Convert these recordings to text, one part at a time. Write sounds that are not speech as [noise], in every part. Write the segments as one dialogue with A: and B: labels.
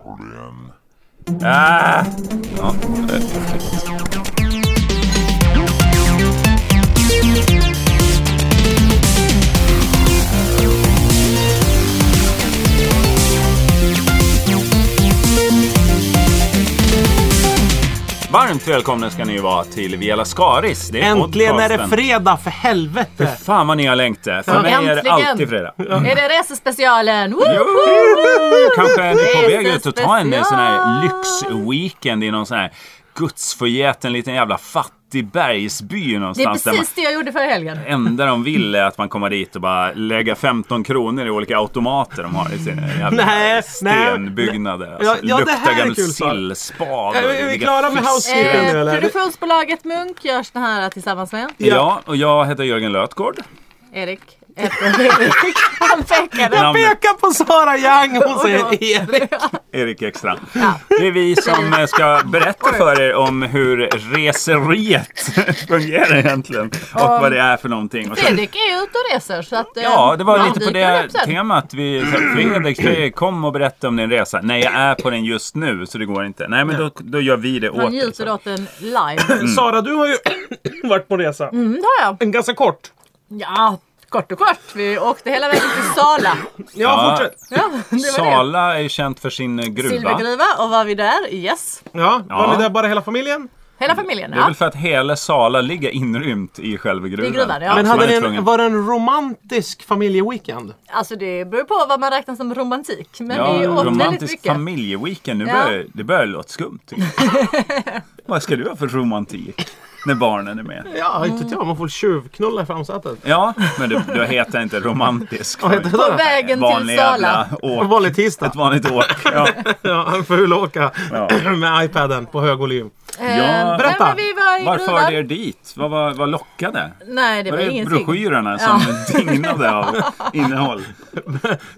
A: Problem.
B: Ah! Ja, eh, Varmt välkomna ska ni vara till Vela Skaris. Det är
C: Äntligen är det
B: podcasten.
C: fredag för helvete!
B: Fan vad ni har längtat. För mig är det
D: Äntligen.
B: alltid fredag.
D: Är det resespecialen? Woho!
B: Kanske är ni på väg
D: Jesus
B: ut och ta en
D: special.
B: sån här lyxweekend i någon sån här gudsförgäten liten jävla fattig bergsby
D: Det är
B: någonstans. Där man,
D: precis det jag gjorde förra helgen.
B: enda de vill är att man kommer dit och bara lägga 15 kronor i olika automater de har i sina jävla
C: Nej,
B: stenbyggnader. Alltså,
C: Ja, ja, det
B: lukta
C: här är
B: gammal
C: kul, Sara.
B: sillspad.
C: Är
B: och
C: vi- är vi
B: ligga
C: klara med
B: fisk-
C: housekeeping nu
D: Eh,
C: eller?
D: produktionsbolaget Munk görs den här tillsammans med
B: Ja, och jag heter Jörgen Lötgård.
D: Erik. Efter Erik. [laughs] Han pekade.
C: Jag pekar på Sara Young och hon säger Erik.
B: Erik Ekstrand. Det är vi som eh, ska berätta för er om hur reseriet [laughs] fungerar egentligen. Och vad det är för någonting. Och så-
D: Fredrik är ute och reser så att... eh,
B: Ja, det var
D: han
B: lite på
D: dyker
B: det
D: upp sen.
B: temat. Vi, så
C: Mm.
B: här, Fredrik, Fredrik, kom och berätta om din resa. Nej, jag är på den just nu så det går inte. Nej, men då, då gör vi det
D: Han
B: åt dig.
D: njuter
B: så.
D: åt en live.
B: Mm.
C: Sara, du har ju [coughs] varit på resa.
D: Mm, det har jag.
C: En ganska kort.
D: Ja, kort och kort. Vi åkte hela vägen till Sala.
C: Ja,
B: Ja.
C: fortsätt.
D: Ja, det var det.
B: Sala är ju känt för sin eh, gruva.
D: Silvergruva. Och var vi där? Yes.
C: Ja,
B: Ja.
C: var ni där bara hela familjen?
D: Hela familjen.
B: Det är
D: Ja.
B: väl för att hela Sala ligger inrymt i själva gruvan.
D: I gruvan, ja.
B: Så
C: Men
D: Men
B: man
C: hade
B: är
C: ni
B: tvungen-
C: en, var det en romantisk familjeweekend?
D: Alltså det beror på vad man räknar som romantik. Men
B: Ja,
D: vi åt väldigt
B: romantisk
D: mycket.
B: familjeweekend. Nu
D: Ja.
B: börjar, det börjar låta skumt. tycker
D: [laughs]
B: jag. Vad ska du ha för romantik när barnen är med?
C: Ja, inte vet jag. Man får tjuvknulla i framsätet.
B: Ja, men du, du heter inte romantisk.
C: Vad heter
D: På
C: det?
D: vägen
B: Vanlig
D: till Sala.
B: jävla åk.
C: En vanlig tisdag.
B: Ett vanligt åk.
D: [laughs]
B: Ja.
C: Ja, en ful åka
B: Ja.
C: [coughs] med iPaden på hög volym.
D: Eh,
B: Ja.
D: nej,
C: Berätta.
D: men Vi var i
B: Vad
D: gruvan.
B: förde er dit? Vad var, vad lockade?
D: Nej, det
B: Var
D: var,
B: det
D: ingenting.
B: broschyrerna som [laughs] dignade
D: [laughs]
B: av innehåll?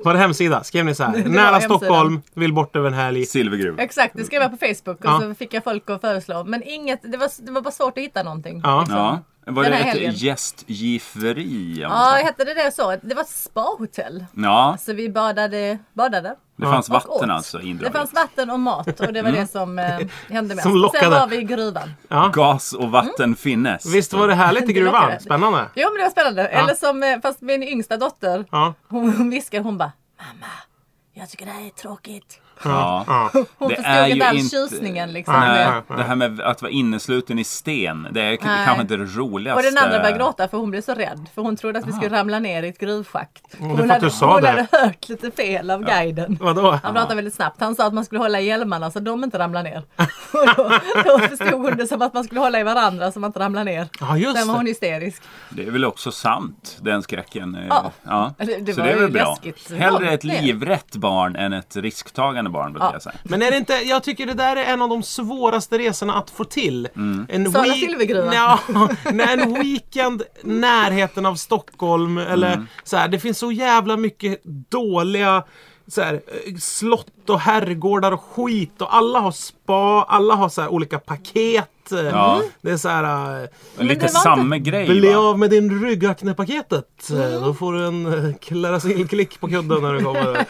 C: Var det hemsida? Skrev ni så här.
D: var
C: Nära
D: hemsidan.
C: Stockholm, vill bort över en helg.
B: Silvergruv.
D: Exakt, det skrev jag på Facebook och
C: Ja.
D: så fick jag folk att föreslå. Men inget, det var, det var bara svårt att hitta någonting.
C: Ja.
B: Ja. Var
D: Den
B: det
D: här helgen.
B: ett gästgifveri? om man
D: Ja,
B: säger?
D: hette det det så? Det var ett spahotell.
B: Ja,
D: Så vi badade, badade.
B: det fanns
D: och åt.
B: vatten alltså
D: Det
B: indraget.
D: fanns vatten och mat och det var det som eh, hände mest.
C: Som
D: Sen
C: lockade.
D: var vi i gruvan.
B: Gas och
D: Mm.
B: vatten finnes.
C: Visst var det härligt i
D: Det
C: gruvan?
D: lockade.
C: Spännande.
D: Jo men det var spännande.
C: Ja.
D: Eller som, eh, fast min yngsta dotter,
C: Ja.
D: hon viskar, hon bara Mamma, jag tycker det här är tråkigt.
B: Ja.
C: Ja.
D: Hon
B: Det är
D: förstod
B: ju
D: inte all
B: inte-
D: tjusningen liksom.
C: Nej.
D: med-
B: Nej, det här med att vara innesluten i sten, det är k-
D: Nej.
B: kanske inte det roligaste.
D: Och den andra
C: eh,
D: började gråta för hon blev så rädd. För hon trodde att vi skulle ramla ner i ett gruvschakt.
C: för att
D: Hon,
C: du
D: hade,
C: sa
D: hon
C: det.
D: hade hört lite fel av guiden.
C: Vadå?
D: Han pratade väldigt snabbt. Han sa att man skulle hålla i hjälmarna så de inte ramlar ner. [laughs] Och då, då förstod hon det som att man skulle hålla i varandra så man inte ramlar ner.
C: Ja, just
D: Sen var
C: det.
D: hon hysterisk.
B: Det är väl också sant, den skräcken. eh,
D: Ja.
B: Ja.
D: [laughs] Det- det
B: Så
D: var
B: det är
D: ju
B: väl bra.
D: läskigt.
B: Hellre ett
D: Ja, det är det.
B: livrätt barn än ett risktagande barn, brukar
D: Ja.
B: jag säga.
C: Men är det inte, jag tycker det där är en av de svåraste resorna att få till. En
D: Sala
C: wee-
D: Silvergruva.
C: Nja, [laughs] nej, en weekend närheten av Stockholm eller så här, det finns så jävla mycket dåliga så här, eh, slott och herrgårdar och skit och alla har spa, alla har så här olika paket.
B: Ja.
C: Det är så här, eh,
B: Lite
D: det var
B: samma grej.
C: bli
B: va?
C: av med din ryggaknepaketet. Eh, Då får du en eh, Clarasil-klick på kudden när du kommer.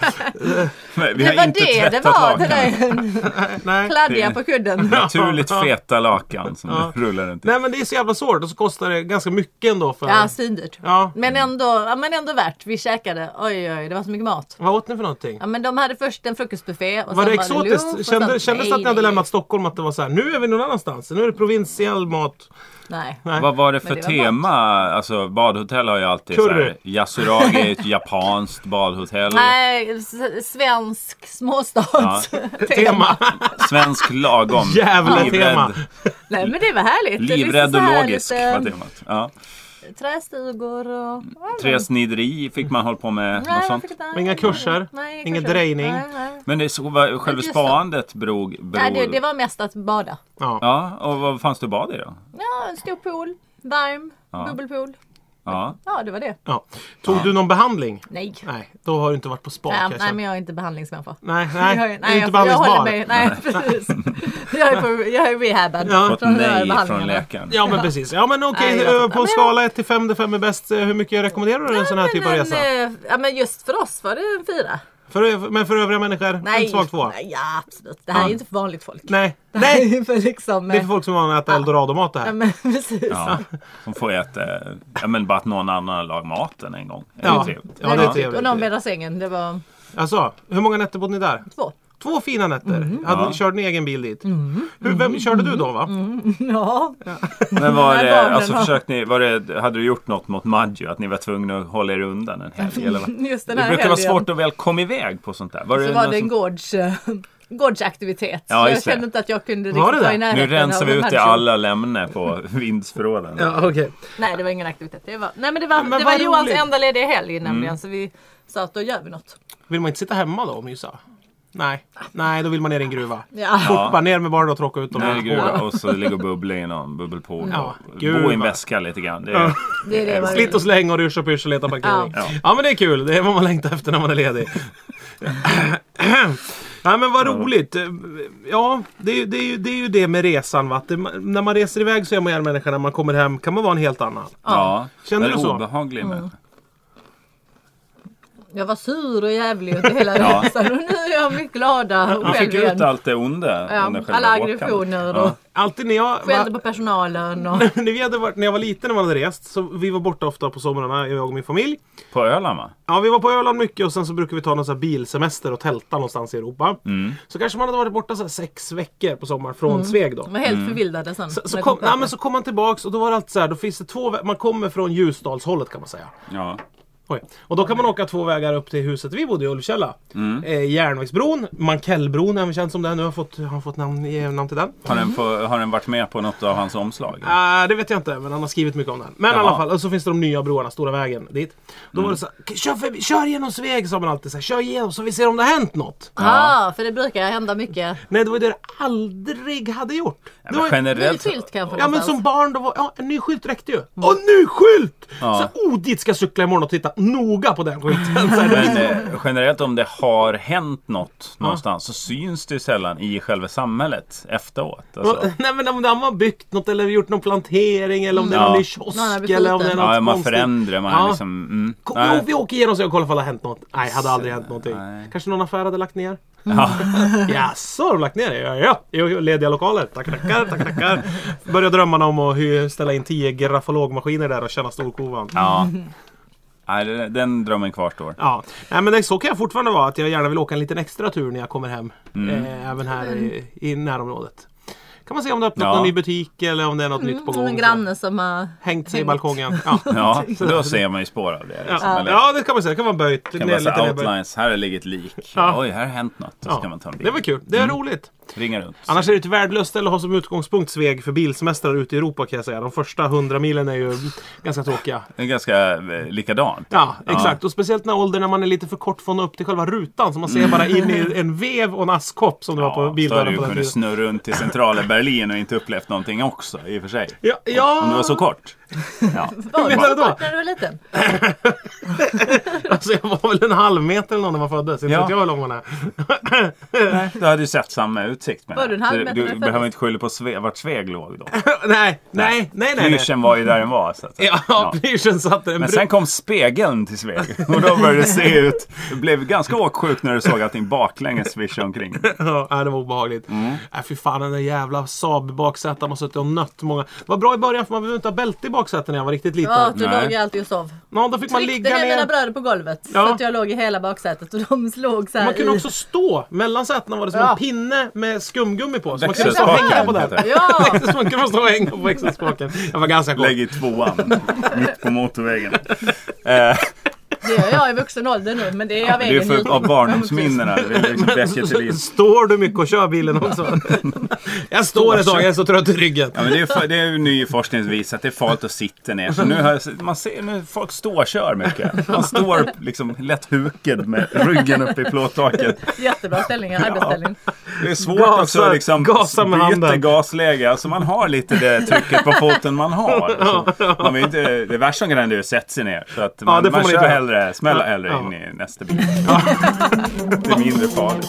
B: Men Vi
D: Det
B: har
D: var
B: inte
D: det det
B: tvättat
D: var. Det
B: lakanen.
C: [laughs]
D: där
C: nej.
D: kladdiga
C: [laughs]
D: på kudden.
B: Naturligt feta lakan som
C: Ja.
B: rullar runt. i.
C: Nej men det är så jävla svårt och så kostar det ganska mycket ändå för...
D: Ja, alltså- svindyrt.
C: Ja.
D: Men ändå, ja, men ändå värt. Vi käkade. Oj, oj, det var så mycket mat.
C: Vad åt ni för någonting?
D: Ja, men de hade först en frukostbuffé. Och
C: var
D: sen
C: det
D: lunch
C: exotiskt?
D: och
C: Kände,
D: sen-
C: kändes det att ni
D: Nej,
C: hade
D: nej,
C: lämnat Stockholm att det var så här, nu är vi någon annanstans, nu är det provinsiell mat.
D: Nej.
B: Vad var det för
D: Men det var
B: tema? Alltså badhotell har ju alltid
C: Curry.
B: så här. Yasuragi är ett japanskt badhotell.
D: Nej, s- svensk [laughs] småstads tema.
C: Tema! [laughs]
B: Svensk lagom.
C: Jävla
B: Livrädd.
C: tema.
D: Nej men det var härligt. Det är liksom
B: Livrädd
D: så
B: och
D: här
B: logisk var
D: Lite
B: temat. Ja.
D: trästugor och... Ja,
B: Träsnideri fick man hålla på med.
D: nej,
B: något
D: jag
B: sånt.
D: fick inte-
C: Och inga kurser,
D: Nej, inga
C: ingen
D: kurser.
C: drejning.
D: Nej, nej.
B: Men det, så, vad, själva
D: just det.
B: spaandet beror... beror...
D: Nej, det, det var mest att bada.
C: Ja.
B: Ja, och vad fanns det bad i då?
D: Ja, en stor pool. Varm. Bubbelpool.
B: Ja.
D: Ja, det var det.
C: Ja. Tog du någon behandling?
D: Nej. Nej,
C: Nej, då har du inte varit på spa
D: nej,
C: kanske.
D: men jag är inte behandlingsmänniska. [laughs]
C: Nej,
D: Jag,
C: nej,
D: är-
C: det är inte
D: jag, jag håller
C: behandlingsbar.
D: mig. Nej, precis. [laughs] Jag är, på, jag är rehabad.
C: Ja.
B: Fått
D: Från de här
B: nej från
D: behandlingarna.
B: läkaren.
C: Ja men precis. Ja men okej,
D: Nej, jag fattar.
C: eh, på en
D: Men-
C: skala 1 till 5 där 5 är bäst, eh, hur mycket rekommenderar du en sån här typ av
D: Men,
C: resa?
D: eh, Ja, men just för oss var det en fyra.
C: För, men för övriga människor?
D: Nej,
C: En svag tvåa?
D: nej, ja absolut. Det här är ju inte för vanligt folk.
C: Nej.
D: Det här
C: Nej!
D: är [laughs] ju för liksom...
C: Det är för folk som är vana att äta eldoradomat det
D: Ja,
C: här.
D: men [laughs] precis.
B: Ja, som får äta, ja men bara att någon annan lag maten en gång. Är
C: Ja.
B: det trevligt?
C: Ja, det är trevligt.
D: Och någon bäddar sängen. Det var
C: Alltså, hur många nätter bodde ni där?
D: två.
C: [laughs] Två fina nätter. Hade,
B: Ja.
C: ni Körde ni egen bil dit? Hur, vem körde du då va?
D: Ja,
B: Men var
D: här
B: det,
D: barnen
B: alltså
D: har-
B: försökte ni, var det, hade du gjort något mot Maggio? Att ni var tvungna att hålla er undan en helg? Eller vad?
D: [laughs] just
B: Det
D: den här
B: brukar vara
D: helgen.
B: svårt att väl komma iväg på sånt där. Var
D: Så
B: det
D: var
B: någon
D: det en
B: som-
D: gårds, eh, gårdsaktivitet.
B: Ja,
D: Så jag
B: just det.
D: kände inte att jag kunde
C: Var det
D: riktigt vara
C: det?
D: i
B: nu
D: närheten
B: rensar
D: av
B: vi
D: de
B: ut
D: här
B: det
D: show.
B: alla lämne på [laughs] vindsförråden.
C: Ja, okej.
D: Nej det var ingen aktivitet. Det var, nej men det var,
C: Men
D: det
C: vad
D: var Johans
C: roligt.
D: enda lediga helg
B: Mm.
D: nämligen. Så vi sa att då gör vi något.
C: Vill man inte sitta hemma då och mysa? Nej, Nej då vill man ner i en gruva.
D: Ja.
B: Ja.
C: Bara ner med barnen och tråka ut dem.
B: Nu är det
C: Ja.
B: gruva och så ligger och bubblar i någon bubbelpool.
C: Ja,
B: och
C: gud,
B: Bo i en
C: vad-
B: väska lite grann. Det är,
C: Ja.
D: Det är det vad
C: Slit och släng och rysch och pysch och leta parkering. Ja.
B: Ja.
C: men det är kul. Det är vad man längtar efter när man är ledig. Ja men vad roligt. Ja, det är, ju- det är, ju, det är ju det med resan. Va? Att det, när man reser iväg så är man ju en människa. När man kommer hem kan man vara en helt annan.
B: ja.
C: Kände
B: Väldigt
C: du så?
B: obehaglig människa.
D: Jag var sur och jävlig under hela
B: Ja.
D: resan och nu är jag mycket glada
B: Du
D: och
B: fick
D: själv
B: ut
D: igen.
B: allt det onda.
D: Ja,
B: under själva
D: alla
B: åkandet.
D: aggressioner och
C: Alltid när jag...
D: skällde på personalen och
C: när, vi hade varit, när jag var liten när man hade rest. Så vi var borta ofta på somrarna, jag och min familj.
B: På Öland va?
C: Ja, vi var på Öland mycket och sen så brukar vi ta någon så här bilsemester och tälta någonstans i Europa. Så kanske man hade varit borta så här sex veckor på sommaren från Sveg då.
D: de var helt förvildade sen.
C: Mm. Så,
D: när
C: så,
D: jag
C: kom,
D: på
C: nej,
D: det.
C: men så kom man tillbaks och då var det alltid så här, då finns det två vä- man kommer från Ljusdalshållet kan man säga.
B: Ja.
C: Oj. Och då kan man åka två vägar upp till huset vi bodde i, Ulvkälla. Eh, järnvägsbron, Mankellbron även känd som den. Nu har jag fått, har fått namn, eh, namn till den.
B: Har, den få, har den varit med på något av hans omslag?
C: Ah, det vet jag inte, men han har skrivit mycket om den. Men i
B: Jaha. Mm.
C: alla fall, och så finns det de nya broarna, Stora vägen dit. Då var det så här, kör, förbi, kör genom Sveg sa man alltid. Så här, kör igenom så vi ser om det har hänt något.
D: Ja, för det brukar hända mycket.
C: Nej, det var ju det jag aldrig hade gjort. det
B: men
C: var ju-
B: generellt Mm.
D: Ny skylt kanske
C: Ja men
D: någonstans.
C: som barn då var, ja en ny skylt räckte ju. Och ny skylt!
B: Ja.
C: Så oh dit ska jag cykla imorgon och titta noga på den skylten. Så här,
B: Men
C: [laughs]
B: eh, generellt om det har hänt något någonstans så syns det ju sällan i själva samhället efteråt. Alltså.
C: Nej men om de har byggt något eller gjort någon plantering eller om det är
B: Ja.
C: någon ny
D: Någon har
C: kiosk
D: beskjutit.
C: eller om det är något
B: Ja, man
C: konstigt.
B: förändrar, man
C: Ja. oh.
B: liksom... Mm,
C: Kom,
B: nej.
C: jo, vi åker igenom så jag kollar ifall det har hänt något. Nej, hade aldrig hänt någonting.
B: Nej. Mm.
C: Kanske någon affär hade lagt ner.
B: Ja.
C: [laughs] Jaså, har de lagt ner det? Ja, ja. Jo, jo, lediga lokaler. Tack, tackar, tack, tackar. Börjar drömmarna om att hy- ställa in 10 grafologmaskiner där och tjäna storkovan.
B: ja. Nej, det- den drömmen kvarstår.
C: Ja, Nej, men det, så kan jag fortfarande vara att jag gärna vill åka en liten extra tur när jag kommer hem.
B: Mm.
C: Eh, även här i, i närområdet. Kan man se om det har öppnat
B: Ja.
C: någon ny butik eller om det är något nytt på
D: Som
C: gång.
D: en
C: så.
D: Mm, granne som har...
C: Hängt sig i
D: Hängt.
C: balkongen. Ja.
B: [laughs] Ja, då ser man ju spår av det.
C: Ja.
B: Liksom,
C: Ja.
B: eller?
C: det kan man säga. Det kan vara böjt.
B: Kan
C: ner
B: bara
C: lite
B: säga
C: ner, böjt.
B: outlines, här har ligget lik.
C: Ja.
B: Oj, här har hänt något. Så ska man ta en bild. Mm.
C: Det var kul. Det är roligt.
B: Ringa runt.
C: Annars är det ett värdelöst ställe att ha som utgångspunkt Sveg för bilsemestrar ute i Europa kan jag säga. De första hundra milen är ju ganska tråkiga.
B: Det är ganska eh, likadant.
C: Ja, exakt. Och speciellt när åldern när man är lite för kort från och upp till själva rutan. Så man ser bara in i en vev och en askkopp som det var
B: Mm. Ja,
C: på
B: så hade
C: bilderna
B: du
C: på den
B: kunnat
C: tiden.
B: snurra runt i centrala Berlin och inte upplevt någonting också i och för sig.
C: Ja, ja.
B: Om det var så kort. Ja.
C: [laughs]
D: Var
C: menar du
D: du
C: då?
D: kort när du var liten?
C: Alltså jag var väl en halv meter eller någon när man föddes. Inte
B: Ja.
C: vet jag hur lång man är. [laughs]
B: Du hade ju sett samma utsikt. Med
D: Var du en halv
B: du,
D: meter
B: du
D: ifrån?
B: behöver inte skylla på sve, vart Sveg låg då.
C: [laughs] nej, nej, nej, nej. nej.
B: Pyrschen var ju där den var. Så att, säga.
C: Ja, plyschen satte
B: Men
C: en brun...
B: sen kom spegeln till Sveg och då började det se ut. Du blev ganska åksjuk när du såg allting baklänges svischa omkring.
C: Ja, det var obehagligt.
B: Mm.
C: Nej, fy fan den där jävla Saab baksätaren har suttit och nött många. Det var bra i början för man behövde inte ha bälte i baksätet när jag var riktigt liten.
D: Ja, då
B: Nej.
D: låg jag alltid och sov.
C: Ja, då fick man
D: Tryckte
C: ligga
D: ner mina
C: ner.
D: bröder på golvet
C: Ja.
D: så att jag låg i hela baksätet och de slog så här
C: Man kunde
D: i.
C: också stå. Mellan sätena var det som
D: Ja.
C: en pinne med skumgummi på. Så man kunde stå och
B: Växelspaken,
C: hänga på den.
B: heter det.
C: [laughs]
D: Ja!
C: Så man kunde bara stå och hänga på växelspaken. Jag var ganska kort.
B: Lägg i tvåan, mitt på motorvägen. Eh,
D: Det gör jag i vuxen ålder nu men det är av
B: det är
D: egen
B: för,
D: nyfikenhet.
B: av barndomsminnena. Det är liksom bäcker till liv.
C: Står du mycket och kör bilen [laughs] också? jag står ett tag, jag är så trött i ryggen.
B: Ja, men det, är, fa- det är ju ny forskning som visar att det är farligt att sitta ner. Så nu har, jag- man ser nu folk står och kör mycket. Man står upp liksom lätt hukad med ryggen uppe i plåttaket.
D: Jättebra ställning, arbetsställning.
B: Det är svårt
C: Gasa-
B: också att liksom
C: gasa med
B: byta
C: handen.
B: gasläge. Alltså man har lite det trycket på foten man har.
C: [laughs]
B: Alltså, man vill inte, det värsta som kan hända är att sätta sig ner. Så att man,
C: det får
B: man,
C: man
B: kör
C: inte göra.
B: hellre, smäller
C: Ja,
B: hellre
C: ja.
B: in i nästa bil. Det är mindre
C: [laughs]
B: farligt.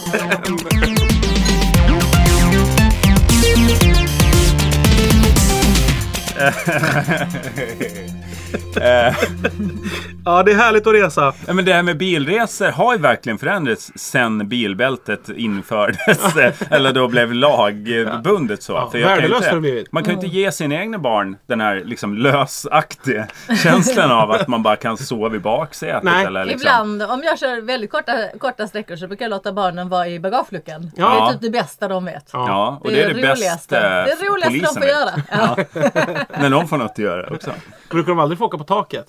B: [laughs] Eh,
C: Ja, det är härligt att resa.
B: Ja, men det här med bilresor har ju verkligen förändrats sen bilbältet infördes. eh, eller då blev lagbundet så.
C: Ja,
B: För jag kan ju
C: värdelöst
B: inte-
C: har det blivit.
B: Man kan ju inte ge sina egna barn den här liksom lösaktiga känslan av att man bara kan sova i baksätet.
C: Nej.
B: Eller liksom.
D: Ibland, om jag kör väldigt korta, korta sträckor så brukar jag låta barnen vara i bagageluckan. Det
B: Ja.
D: är typ det bästa de vet.
B: Ja, och det är det, bästa
D: Det är det roligaste de
B: polisen
D: får
B: vet. [laughs]
D: göra. Ja.
B: När de får något att göra också.
C: Brukar de aldrig få åka på taket?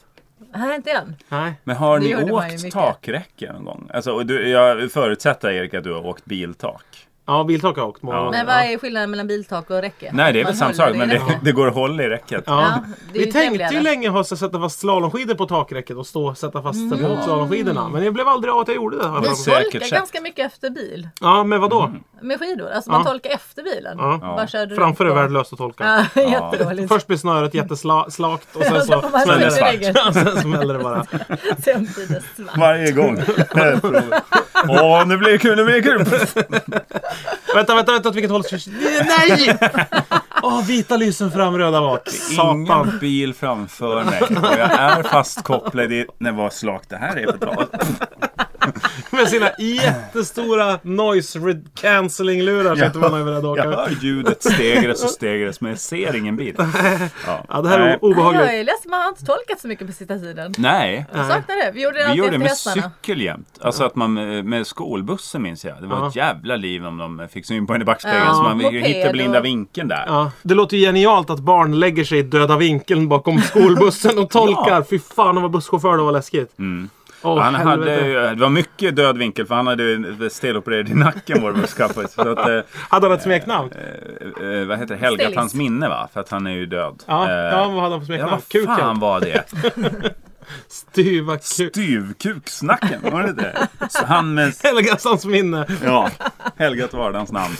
D: Nej, inte än.
C: Nej.
B: Men har
D: Det
B: ni
D: gjorde man ju
B: åkt
D: mycket.
B: takräcke någon gång? Alltså, och du, jag förutsätter Erik att du har ått biltak.
C: Ja, biltak har jag åkt många
B: Ja.
C: gånger.
D: Men vad är skillnaden mellan biltak och räcke?
B: Nej, det är
D: Man
B: väl samma
D: håller
B: sak,
D: i
B: men
D: räcket.
B: det, det går att hålla i räcket.
C: Ja.
D: Ja, det är ju
C: Vi tänkte ju
D: trevligare.
C: länge ha så att det var slalomskidor på takräcket och stå och sätta fast
D: Mm.
C: sig på slalomskidorna. Men jag blev aldrig av att jag gjorde det. har jag
D: Vi
B: Precis.
C: för mig.
B: säkert
D: tolkar
B: sätt.
D: ganska mycket efter bil.
C: Ja, men vadå?
D: Med skidor. Alltså
C: Ja.
D: man tolkar efter bilen.
C: Ja.
D: Vad körde du
C: Framför
D: på?
C: är värdelöst att tolka.
D: Ja, [laughs] jättedåligt.
C: Först blir snöret jätteslakt och sen
D: Då
C: så
D: får man
C: smäller
B: sätta
C: det.
D: regeln.
C: [laughs] Ja, sen smäller det bara.
D: [laughs] Sen blir det svart. [laughs]
B: Varje gång. [laughs] Åh, nu blir det kul, nu blir det kul!
C: Vänta, vänta, vänta åt vilket håll?
B: [laughs]
C: Nej! Åh, vita lysen fram, röda bak. Satan.
B: Ingen bil framför mig och jag är fastkopplad i... Nej, vad slakt det här är på tal.
C: Med sina jättestora noise re- cancelling lurar så inte man är beredd att
B: Jag
C: åka.
B: hör ljudet stegras och stegras men jag ser ingen bil.
C: Ja, det här är
B: Nej.
C: o- obehagligt.
D: Jag är ledsen, man har inte tolkat så mycket på sista tiden.
B: Nej.
D: Jag saknar det. Vi gjorde
B: Vi
D: det alltid
B: gjorde det
D: efter
B: med
D: hästarna.
B: cykel jämt. Alltså att man eh, med skolbussen minns jag. Det var ett jävla liv om de fick syn på en i backspegeln
D: Ja,
B: så man fick ju
D: moped
B: hitta blinda
D: och-
B: vinkeln där.
C: Ja, det låter ju genialt att barn lägger sig i döda vinkeln bakom skolbussen och tolkar.
B: [laughs] Ja. Mm.
C: Fy fan, att vara busschaufför då var läskigt. Åh,
B: han hade,
C: helvete.
B: ju- det var mycket död vinkel för han hade ju stelopererad i nacken vår busschaufför. Så att, eh,
C: Hade han ett smeknamn?
B: eh, eh, vad heter det? Helgat
D: Stelis.
B: hans minne va? För att han är ju död.
C: Ja,
B: Eh,
C: ja, vad hade han för
B: Ja,
C: smeknamn?
B: vad fan
C: Kuken?
B: var det?
C: [laughs] Styva kuk.
B: Styvkuksnacken, var det det? Så han
C: [laughs]
B: med...
C: Helgas hans minne.
B: Ja, helgat varde hans namn.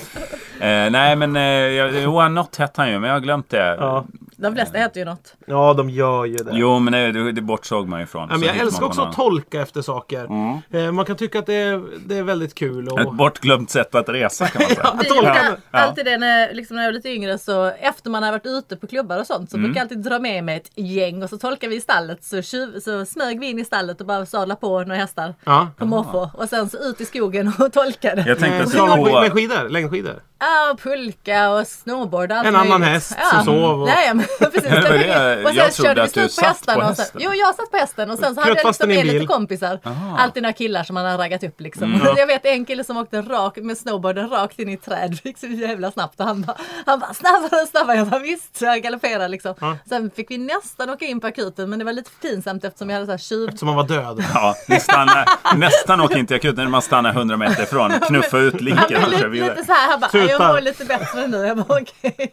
B: Eh, nej men, eh, jag- jo, något hette han ju men jag har glömt det.
C: Ja.
D: De flesta heter ju något.
C: ja, de gör ju det.
B: Jo men det, det, det bortsåg man ju ifrån.
C: Ja,
B: Så
C: men jag
B: hittar man
C: älskar
B: på
C: också
B: någon-
C: att tolka efter saker.
B: Mm.
C: Eh, Man kan tycka att det är, det är väldigt kul. Och...
B: Ett bortglömt sätt att resa kan man
C: [laughs]
B: säga.
D: Vi
C: tolkar.
D: brukar
B: Ja.
D: alltid det när, liksom när jag var lite yngre så efter man har varit ute på klubbar och
B: Mm.
D: sånt så brukar jag alltid dra med mig ett gäng och så tolkar vi i stallet så, tjuv, så smög vi in i stallet och bara sadla på några hästar
C: Ja.
D: på måfå och sen så ut i skogen och [laughs] tolkade.
B: Jag tänkte
C: Eh,
B: att
C: slalom på-
B: på...
C: med skidor, längdskidor.
D: Ja, och pulka och snowboard och allt
C: En annan
D: möjligt.
C: häst som sov och-
D: Nej, men [laughs] precis.
B: men det-
D: och sen
B: jag trodde
D: körde vi
B: att du
D: slut på
B: satt
D: hästarna.
B: på
D: och sen,
B: hästen.
D: jo, jag satt på hästen och sen så hade
C: Knöt
D: jag
C: fast
D: liksom
C: den i
D: med
C: bil.
D: lite kompisar. Alltid några killar som man har raggat upp liksom.
B: Mm.
D: [laughs] Jag vet en kille som åkte rak, med snowboarden rakt in i ett träd. [laughs] Det gick så jävla snabbt och han bara, han bara snabbare, snabbare. Jag bara visst, så jag galopperade liksom. Sen fick vi nästan åka in på akuten men det var lite för pinsamt eftersom vi hade så här tjuv...
C: Som man var
B: [laughs]
C: död.
B: Ja, ni stannar, nästan åker inte jag akut när man stannar 100 meter ifrån. Knuffa ut
D: Han
B: linken
D: blev
B: och kör
D: [laughs] lite,
B: vidare.
D: lite så här, han bara, jag
C: Tutar.
D: mår lite bättre nu. Jag bara okej.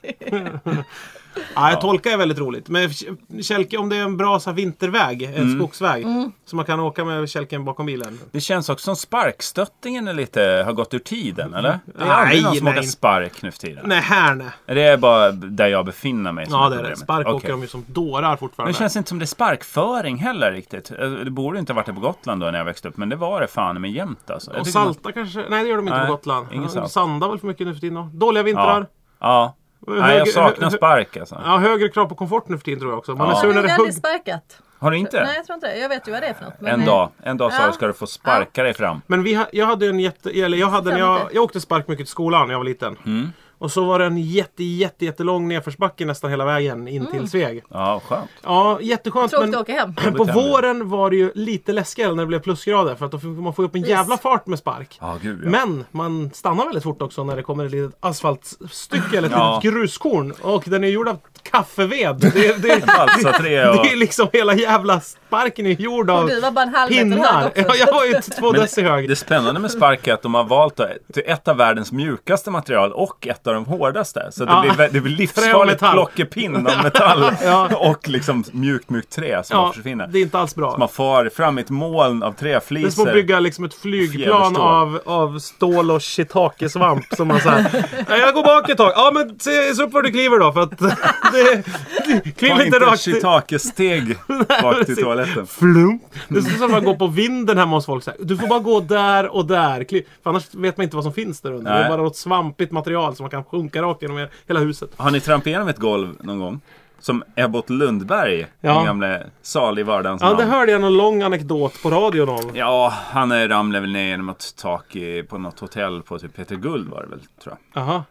C: Ja, jag tolkar är väldigt roligt. Men k- kälke, om det är en bra så här, vinterväg, en
B: Mm.
C: skogsväg, så man kan åka med kälken bakom bilen.
B: Det känns också som sparkstöttingen är lite, har gått ur tiden eller? Det är
C: Mm. Nej,
B: aldrig någon som
C: nej.
B: åker spark nu för tiden.
C: Nej, Härne.
B: Det är bara där jag befinner mig som
C: Ja, det är det.
B: problemet.
C: Spark
B: Okej.
C: åker de ju som dårar
B: Men
C: fortfarande.
B: det känns inte som det är sparkföring heller riktigt. Eh, Det borde inte ha varit det på Gotland då när jag växte upp. Men det var det fan med jämt alltså. Jag
C: Och
B: tycker man-
C: salta kanske? Nej, det gör de inte
B: Nej,
C: på Gotland.
B: ingen
C: Ja,
B: salt.
C: Sandar väl för mycket nu för tiden. då. Dåliga
B: Ja.
C: vintrar.
B: ja. Nej, jag
C: Högre-
B: saknar
C: hö-
B: spark alltså.
C: Ja, högre krav på komfort nu för tiden tror jag också. Man är
B: Ja.
C: sur
D: Jag
C: när
D: har
C: det
D: nog aldrig
C: hugg.
D: sparkat.
B: Har du inte?
D: Nej jag tror inte det. Jag vet ju vad det är för något. men-
B: En dag, en dag sa
D: Ja.
B: du ska du få sparka dig fram.
C: Men vi, ha- jag hade en jätte... Eller jag, hade, när jag, jag åkte spark mycket till skolan när jag var liten.
B: Mm.
C: Och så var det en jätte, jätte, jättelång nedförsbacke nästan hela vägen in till Sveg.
B: Ja, skönt.
C: Ja, jätteskönt.
D: Mm. Tråkigt
C: men-
D: att åka
C: [laughs]
D: hem.
C: På
B: September.
C: våren var det ju lite läskigare när det blev plusgrader för att då får man får upp en jävla fart med spark.
B: Ja, gud ja.
C: Men man stannar väldigt fort också när det kommer ett litet asfaltstycke eller ett
B: Ja.
C: litet gruskorn. Och den är gjord av kaffeved. Det, det,
B: [laughs]
C: [laughs]
B: Balsaträ och...
C: det är liksom hela jävla sparken är gjord
D: Och
C: av
D: du var bara en halv meter hög
C: pinnar.
D: också.
C: Ja, jag var ju två deci hög.
B: Det spännande med spark är att de har valt att- ett av världens mjukaste material och ett av de hårdaste. Så det,
C: Ja.
B: blir, vä- det blir
C: Trä och
B: livsfarligt
C: metall.
B: plockepinn av metall
C: [laughs] Ja.
B: och liksom mjukt, mjukt trä som
C: Ja,
B: man försvinner.
C: det är inte alls
B: Man
C: bra.
B: far fram i ett moln av
C: Det är som att
B: träflisor.
C: bygga liksom ett flygplan
B: Fjäderstål.
C: av, av stål och shiitake-svamp. Som man säger. Jag går bak ett tag. Ja men se, se upp var du kliver då. För att [laughs] det, det, kliv
B: Ta
C: inte
B: inte
C: rakt. [laughs]
B: shiitake-steg bak till
C: precis.
B: toaletten.
C: Flum. Det är som att man går på vinden hemma hos folk. Så här, du får bara gå där och där. Kli- För annars vet man inte vad som finns där under. Det
B: Nej.
C: är bara något svampigt material som man kan sjunka rakt genom hela huset.
B: Har ni trampat igenom ett golv någon gång? Som Ebbot Lundberg,
C: Ja.
B: den gamle salig vardans
C: Ja, det
B: man.
C: hörde jag någon lång anekdot på radion om.
B: Ja, han eh, ramlade väl ner genom ett tak i, på något hotell på typ Peter Guld var det väl, tror jag.
C: Aha.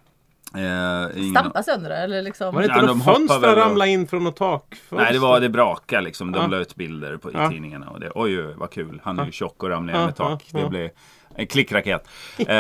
B: Eh, ingen-
D: Stampa sönder det eller
C: Var
D: liksom.
C: det inte
B: Ja,
C: ja,
B: de
C: något
B: hoppar väl
C: fönster
B: då.
C: ramla in från något tak?
B: Nej, det var det braka liksom. De
C: Ja.
B: la ut bilder på, i
C: Ja.
B: tidningarna. Och det, oj, oj, vad kul. Han är ju tjock och ramlar
C: Ja,
B: ner med tak.
C: ja, ja.
B: Det blev en klickraket. Eh,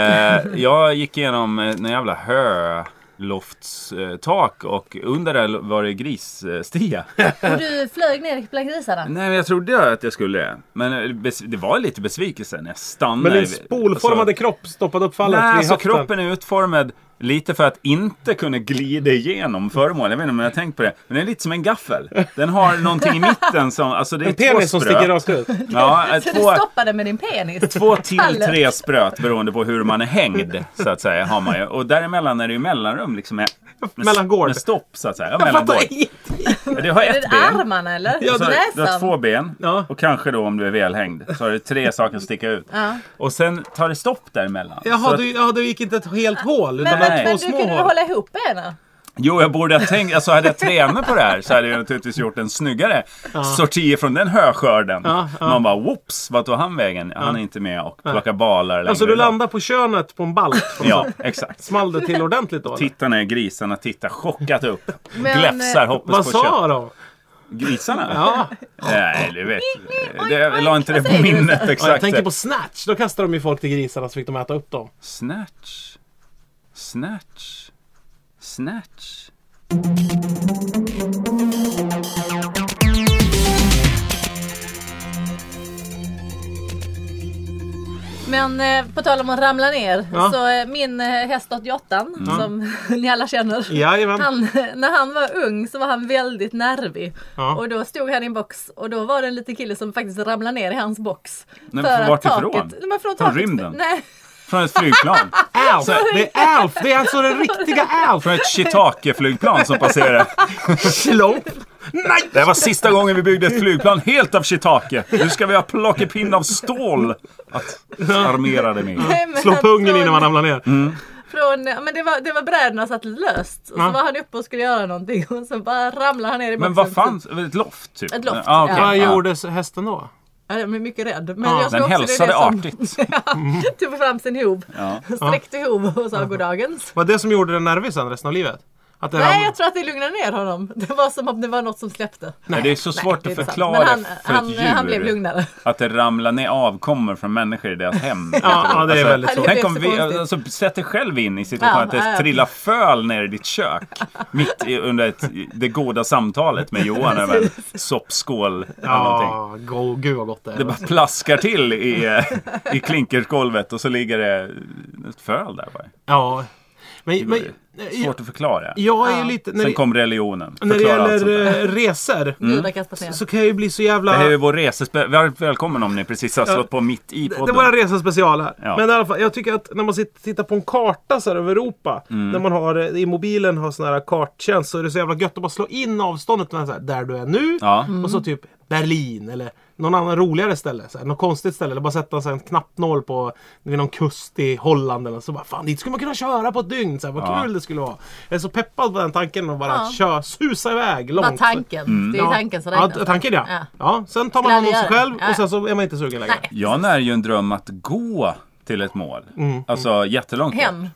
B: jag gick igenom eh, en jävla höloftstak och under där var det
C: [laughs]
B: grisstia.
D: Och du flög ner bland grisarna.
B: Nej, men jag trodde att jag skulle det. Men eh, bes- det var lite besvikelse när jag stannade.
C: Men din
B: vid-
C: spolformade
B: alltså-
C: kropp stoppade upp fallet
B: Nej,
C: vid
B: alltså
C: höften.
B: kroppen är utformad lite för att inte kunna glida igenom föremål. Jag vet inte om jag har tänkt på det. Men den är lite som en gaffel. Den har någonting i mitten som... Alltså det är
C: En penis
B: två
C: som
B: spröt.
C: sticker rakt ut. [laughs]
B: Ja, eh,
D: Så du
B: två,
D: stoppade med din penis.
B: två till
D: Fallet.
B: tre spröt beroende på hur man är hängd. Så att säga, har man ju. Och däremellan är det ju mellanrum liksom med, med,
C: Mellangård.
B: med stopp så att säga. Ja,
C: Jag
B: mellangård.
C: fattar inte.
B: Ja, Du har
D: Är
B: ett
D: det
B: ben.
D: armarna eller?
B: Och så har du- du har
D: Näsan?
B: två ben
C: Ja.
B: och kanske då om du är välhängd så har du tre saker som sticker ut.
D: Ja.
B: Och sen tar det stopp däremellan. Så
C: Jaha,
B: att-
C: du, ja, du gick inte ett helt hål utan
D: Men,
C: bara
B: Nej.
D: men,
C: två
D: men du
C: små
D: kunde väl
C: hål.
D: hålla ihop benen?
B: Jo, jag borde ha tänkt, alltså hade jag tränat på det här så hade jag naturligtvis gjort en snyggare sorti från den höskörden.
C: Ja, ja.
B: Man bara, whoops, vart tog han vägen? Han är inte med och plockar balar längre.
C: Alltså du
B: idag.
C: landade på könet på en balk.
B: Ja, exakt.
C: Small det till ordentligt då? eller?
B: Tittar ner grisarna, tittar chockat upp.
D: Men, eh,
B: Gläfsar, hoppas
C: Vad
B: på kött.
C: sa de?
B: Grisarna?
C: Ja.
B: Nej, du vet. eh,
D: Oj,
B: Det, jag la inte det
D: vad
B: på
D: säger du?
B: minnet
C: Ja, jag
B: exakt.
C: tänker på Snatch. Då kastade de ju folk till grisarna så fick de äta upp dem.
B: Snatch. Snatch. Snatch.
D: Men eh, på tal om att ramla ner.
C: Ja. Mm.
D: Så eh, min eh, häst 88 som [laughs] ni alla känner.
C: Jajamän.
D: Han, [laughs] när han var ung så var han väldigt nervig.
C: Ja.
D: Och då stod han i en box och då var det en liten kille som faktiskt ramlade ner i hans box.
B: men vart ifrån?
D: Nej, men från,
B: Från
D: taket.
B: rymden?
D: Nej,
B: Från ett flygplan.
C: Alf!
D: Alltså,
C: Det är Alf! Det är alltså den riktiga
B: [laughs]
C: Alf!
B: Från ett shiitake-flygplan som passerar.
C: Slump! Nej!
B: Det här var sista gången vi byggde ett flygplan helt av shiitake. Nu ska vi ha plockepinn av stål att armera det med.
D: nej, men alltså-
C: Slå
D: han-
C: pungen
D: från-
C: innan man ramlar
B: Mm.
C: ner.
D: Från, ja, men det var, det var bräderna satt löst. Och så
C: Ja.
D: var han uppe och skulle göra någonting och så bara ramlade han ner i boxen.
B: Men vad fanns? Ett loft typ?
D: Ett loft,
B: Ah, okej.
D: ja.
C: Vad
B: Ah.
C: gjorde hästen då?
D: Ja, jag blev mycket rädd. Men
C: Ja.
D: jag tror
B: Den
D: också det är
B: hälsade
D: det som, [laughs]
B: artigt.
D: Ja, tog fram sin hov.
B: Ja.
D: Sträckte hov och sa goddagens.
C: Var det som gjorde den nervig sen resten av livet? Att det
D: Nej,
C: ram-
D: jag tror att det lugnade ner honom. Det var som om det var något som släppte.
B: Nej, det är så svårt
D: det är
B: att
D: inte sant.
B: förklara
D: Men
B: för ett
D: han,
B: djur
D: han, han blev lugnare.
B: att det ramlar ner avkommor från människor i deras hem. Alltså,
C: Ja, ja, det är väldigt så.
B: Tänk om
D: Det är
B: vi,
D: så konstigt.
B: alltså, sätt dig själv in i situationen
D: Ja,
B: att
D: ja,
B: det
D: ja.
B: trillar föl ner i ditt kök. Mitt i, under ett, det goda samtalet med Johan över en soppskål eller någonting.
C: Ja, go, gud vad gott det är.
B: Det bara plaskar till i, eh, i klinkersgolvet och så ligger det ett föl där bara.
C: Ja. Men, men
B: Det Svårt att förklara.
C: jag är ju
D: Ja.
C: lite... När,
B: Sen
C: det-
B: kom religionen.
C: när det
B: Förklara allt
C: gäller
B: sånt där.
C: eh, resor
B: Mm.
D: Gud, har kastat ner.
C: så kan jag ju bli så jävla...
B: Det här är ju vår resespecial. Väl- Välkommen om ni precis har slått på mitt i
C: Det
B: podden.
C: var en resespecial här.
B: Ja.
C: Men i alla fall, jag tycker att när man sitter, tittar på en karta så här över Europa.
B: Mm.
C: När man har eh, i mobilen har sån här karttjänst så är det så jävla gött att bara slå in avståndet mellan så här, där du är nu
B: Ja.
D: Mm.
C: och så typ Berlin eller någon annan roligare ställe. Så här, något konstigt ställe. Eller bara sätta så här, en knappnål på vid någon kust i Holland. Eller så bara, fan dit skulle man kunna köra på ett dygn. Så här, vad
B: Ja.
C: kul det skulle vara. Jag är så peppad på den tanken och bara
D: Ja.
C: kör, susa iväg långt.
D: Bara tanken.
B: Mm.
D: Det är ju tanken som
C: ja,
D: räknas.
C: t- tanken ja. ja.
D: Ja.
C: sen tar man
D: Skulle
C: hand om sig
D: aldrig göra det.
C: själv
D: Ja,
C: och
D: ja.
C: sen så är man inte sugen längre.
D: Nej.
B: Jag när ju en dröm att gå till ett mål.
C: Mm.
B: Alltså jättelångt bort.
D: Hem.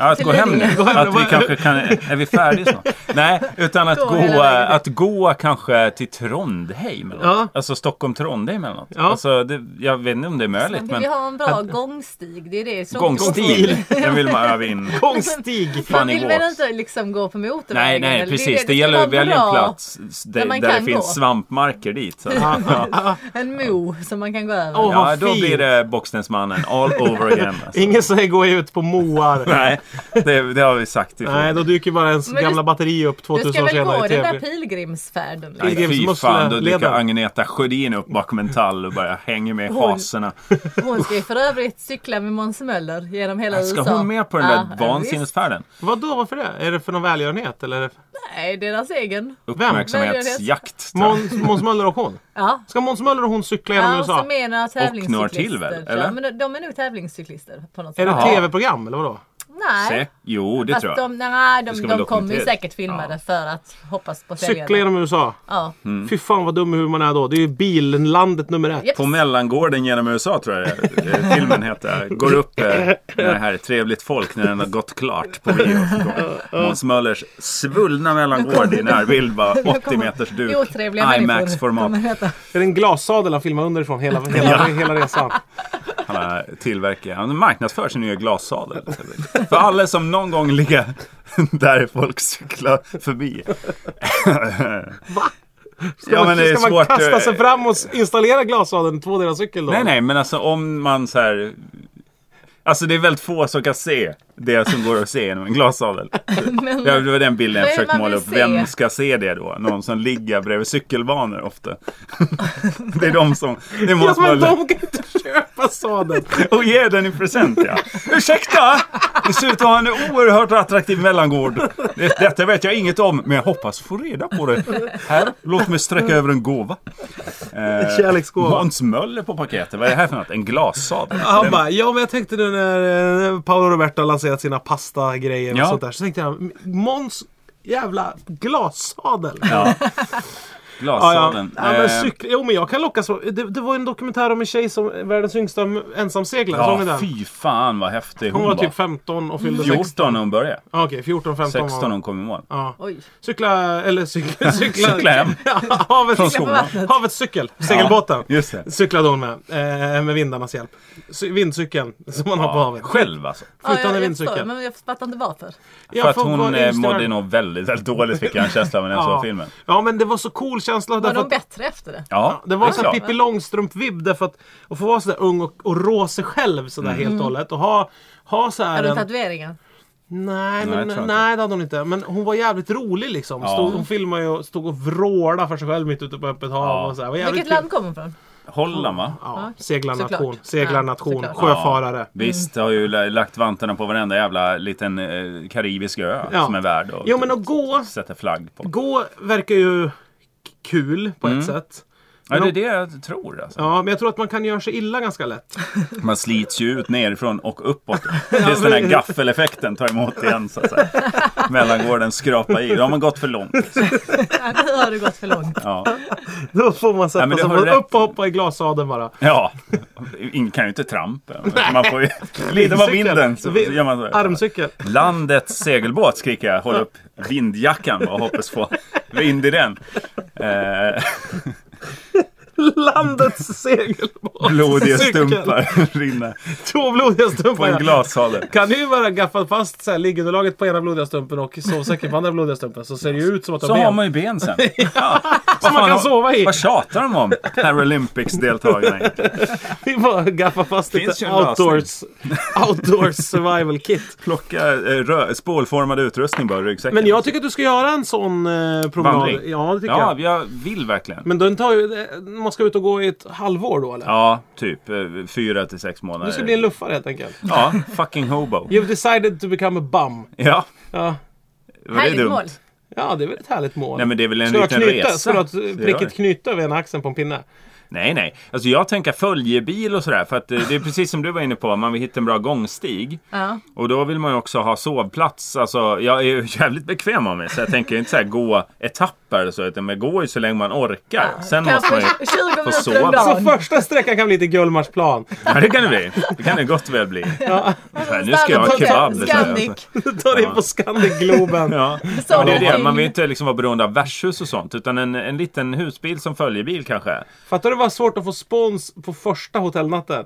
B: Ja, att
D: Till
B: gå hem nu.
D: Lidingö.
C: [laughs]
B: Att vi kanske kan, är vi färdiga snart? Nej, utan att
D: Gå
B: gå,
D: hela vägen.
B: att gå kanske till Trondheim eller något.
C: Ja.
B: Alltså Stockholm-Trondheim eller något.
C: Ja.
B: Alltså, det, jag vet inte om det är möjligt
D: Man vill
B: men
D: ju ha en bra gångstig. Det är det. som-
B: gångstil, [laughs] den vill man öva
C: [laughs]
B: in.
C: Gångstig!
B: Fan,
D: Man
B: i
D: vill väl
B: gås.
D: inte liksom gå på motorvägen?
B: Nej, nej,
D: eller?
B: precis. Det
D: ska
B: gäller
D: vara
B: att välja en
D: liksom bra.
B: plats där,
D: där man
B: där det
D: kan
B: finns
D: gå.
B: svampmarker dit.
C: [laughs]
B: Så. att-
D: En mo som man kan gå över.
C: Åh,
B: Ja,
C: vad
B: då
C: fint.
B: blir det Boxnäsmannen all over again.
C: [laughs]
B: Alltså.
C: Ingen säger gå ut på moar.
B: Nej, det, det har vi sagt ifrån.
C: Nej, då dyker bara ens
D: Men du-
C: gamla batteri upp
D: Du
C: 2000
D: ska
C: år
D: väl
C: senare
D: gå
C: i
D: den
C: tv.
D: där pilgrimsfärden? liksom.
B: Nej, fy
C: Pilgrimsmusslor,
B: fan, då dyker
C: leden.
B: Agneta Sjödin upp bakom en tall och börjar hänga med
D: Hon-
B: hasorna.
D: Hon ska ju för övrigt cykla med Måns Möller genom hela
B: Ska
D: USA.
B: hon med på den där
D: Ja,
B: vansinnesfärden?
C: Vadå, varför det? Är det för någon välgörenhet? Eller? är det-
D: visst. Nej, deras egen.
B: Uppmärksamhetsjakt. tror jag.
C: Måns Måns Möller och hon?
D: Ja.
C: Ska Måns Möller och hon cykla genom
D: Ja, och
C: USA?
D: så med några
B: några
D: tävlingscyklister.
B: till väl,
D: tror jag.
B: eller?
D: Men de- de är nog tävlingscyklister på något
C: Är
D: sätt.
C: det
B: Jaha.
C: tv-program eller vadå?
D: Nej. Alltså,
B: Säk- Jo, det
D: Fast
B: tror jag.
D: de, nej,
B: Det
D: de,
B: ska
D: de,
B: väl
D: kommer ju
B: dokumenteras.
D: säkert filmade för att hoppas på
C: Cykla
D: säljaren.
C: genom USA.
D: Ja.
B: Mm,
C: Fy fan vad dum hur man är då. Det är ju billandet nummer ett.
D: Japp.
B: På mellangården genom USA tror jag det är. Eh, filmen heter. Går upp eh, när det här är trevligt folk när den har gått klart på bio. Måns Möllers svullna mellangård i närbild bara 80 meters duk.
D: Otrevliga
B: IMAX-format.
D: människor.
B: [laughs]
D: IMAX-format.
C: Det är en glassadel han filmar underifrån hela, hela, hela resan.
B: Han har tillverkat, han marknadsför sin nya glassadel. För alla som någon gång ligger där folk cyklar förbi. [laughs]
C: Ska,
B: Ja,
C: man,
B: men det är
C: ska man
B: svårt,
C: kasta
B: eh,
C: sig fram och s- installera glassadeln två delar cykel då?
B: Nej, nej, men alltså om man så här... Alltså det är väldigt få som kan se det som går att se genom en glassadel.
D: [laughs] Men-
B: Det var den bilden jag
D: Vad är det
B: försökte
D: man
B: måla
D: vill
B: upp. Vem
D: se?
B: ska se det då? Någon som ligger bredvid cykelbanor ofta. [laughs] Det är de som... Det är
C: Ja,
B: Måns
C: men
B: Möller.
C: de kan inte [laughs] köpa sadeln.
B: Och ge den i present ja. Ursäkta! Det ser ut att ha en oerhört attraktiv mellangård. Det, detta vet jag inget om, men jag hoppas få reda på det. Här, låt mig sträcka över en gåva. Eh,
C: Kärleksgåva.
B: Måns Möller på paketet. Vad är det här för något? En glassadel?
C: Han bara, ja men jag tänkte nu när eh, Paolo Roberto har lanserat sina pastagrejer och
B: Ja.
C: sånt där. Så tänkte jag, Måns jävla glassadel.
B: Ja.
C: Ja,
B: [laughs] Glassadeln.
C: ja. ja men
B: Eh,
C: cykel, jo men jag kan lockas. av- Det, det var ju en dokumentär om en tjej som världens yngsta m- ensamseglare. Såg ni
B: ja,
C: den?
B: fy fan vad häftig
C: Hon var typ
B: 15.
C: 15 och fyllde 16.
B: 14 när hon började.
C: Ja, Okej, 14, 15 var
B: 16 när
C: hon.
B: hon kom i mål.
C: Ja.
D: Oj.
C: Cykla,
B: [laughs]
C: eller cykla, cykla.
B: Cykla hem.
C: [laughs] Ja, havets,
B: Från
D: skolan.
C: [laughs] havets cykel. Segelbåten.
B: Just det.
C: Cyklade hon med. Eh, med vindarnas hjälp. Cy- vindcykeln som man har på havet.
B: Själv alltså.
D: Ja, jag,
C: Flytande
D: jag förstår,
C: vindcykel.
D: men jag fattar inte varför.
C: Ja,
B: För att
C: för hon
B: hon
C: var
B: eh,
C: yngst i
B: mådde
C: världen.
B: nog väldigt, väldigt dåligt fick jag en känsla av när jag såg alltså, filmen.
C: [laughs] Ja men det var så cool känsla.
D: Var
C: Därför
D: de
C: att,
D: bättre efter det?
B: Ja,
C: det var
B: är
C: så här
B: klart.
C: Pippi Långstrump-vibb därför att, att få vara sådär ung och, och rå sig själv sådär
B: Mm.
C: helt och hållet. Och ha, ha såhär
D: Har Mm. du
C: en...
D: tatueringar?
C: Nej,
B: jag
C: men,
B: tror
C: nej,
B: inte.
C: det hade hon inte. Men hon var jävligt rolig liksom.
B: Ja.
C: Stod, hon filmade ju och stod och vrålade för sig själv mitt ute på öppet hav.
B: Ja.
C: Och så här. Det var jävligt
D: Vilket
C: kul.
D: land kommer hon från? [laughs]
B: Holland va?
C: Ja,
D: Såklart.
C: seglarnation.
D: Ja,
C: Seglarnation.
D: såklart.
C: Sjöfarare.
B: Visst, det har ju la- lagt vantarna på varenda jävla liten eh, karibisk ö
C: Ja.
B: som är värd att
C: Jo men att gå,
B: sätta flagg på.
C: gå verkar ju k- kul på
B: Mm.
C: ett sätt.
B: Ja, det är det jag tror alltså.
C: Ja, men jag tror att man kan göra sig illa
B: [laughs]
C: ganska lätt.
B: Man slits ju ut nerifrån och
C: [laughs]
B: uppåt. Tills den här gaffeleffekten tar emot igen så att säga. Mellangården skrapar i. Då har man gått för långt. Liksom.
D: Ja, Nu har du gått för långt.
B: Ja.
C: Då får man sätta
B: men det
C: sig
B: har
C: på-
B: du rätt.
C: upp och hoppa i glasadeln bara.
B: ja. Ingen kan ju inte trampa. Man får
C: [laughs]
B: ju lite på
C: Cykel.
B: vinden. Så
C: Vi-
B: gör man så. här.
C: Armcykel. [laughs]
B: Landets segelbåt skriker jag. Håll upp vindjackan och hoppas få vind i den.
C: [laughs]
B: Eh,
C: Landets segelbåt.
B: blodiga
C: Cykel.
B: stumpar rinner
C: Två blodiga
B: på
C: stumpar.
B: en
C: ja.
B: glashale.
C: Kan ju bara gaffat fast så här, liggunderlaget på ena blodiga stumpen och sovsäcken på andra blodiga stumpen så ser det ju ut som att de
B: Så har
C: har
B: man
C: ben.
B: ju ben sen. [laughs] Ja.
C: Som man kan sova i.
B: Vad tjätar de om? Paralympics-deltagarna egentligen.
C: Det är bara att gaffa fast
B: Finns ju
C: lite
B: en
C: outdoors, outdoors survival kit.
B: [laughs] Plocka eh, rö- spålformad utrustning bara i ryggsäcken.
C: Men jag tycker att du ska göra en sån eh, promenad.
B: Vandring.
C: Ja, det tycker
B: Ja,
C: jag.
B: jag vill verkligen.
C: Men den tar ju... eh, Man ska ut och gå i ett halvår då eller?
B: Ja, typ eh, fyra till sex månader.
C: Du ska bli en luffare helt enkelt.
B: Ja, fucking hobo.
C: You've decided to become a bum.
B: Ja,
C: Ja,
B: var det
D: Härligt
B: dumt?
D: mål.
C: ja det är väl ett härligt mål.
B: Nej, men det är väl en
C: Ska du ha
B: liten
C: knyta?
B: resa.
C: Ska du ha ett,
B: Så
C: eh,
B: gör
C: prickigt
B: det.
C: knyte över ena axeln på en pinne?
B: Nej, nej. Alltså jag tänker följebil och sådär. För att eh, det är precis som du var inne på. Man vill hitta en bra gångstig.
D: Ja.
B: Och då vill man ju också ha sovplats. Alltså, jag är ju [laughs] jävligt bekväm av mig. Så jag tänker ju inte så här gå etapper eller så. Utan man går ju så länge man orkar. Sen måste
D: Kanske
B: man ju...
D: 20 minuter
B: sova.
D: om
C: Så
D: dagen.
C: första sträckan kan bli till Gullmarsplan.
B: Ja, det kan det bli. Det kan det gott väl bli. [laughs] Ja, nu ska jag ha
D: Standard
B: kebab.
D: hotell,
B: så här.
D: Scandic.
C: Du tar in på Scandic
B: [laughs]
C: Globen.
B: Ja,
D: Så
B: men det är det.
D: någonting.
B: Man vill ju inte liksom vara beroende av värdshus och sånt. Utan en, en liten husbil som följebil kanske.
C: Fattar du vad svårt att få spons på första hotellnatten?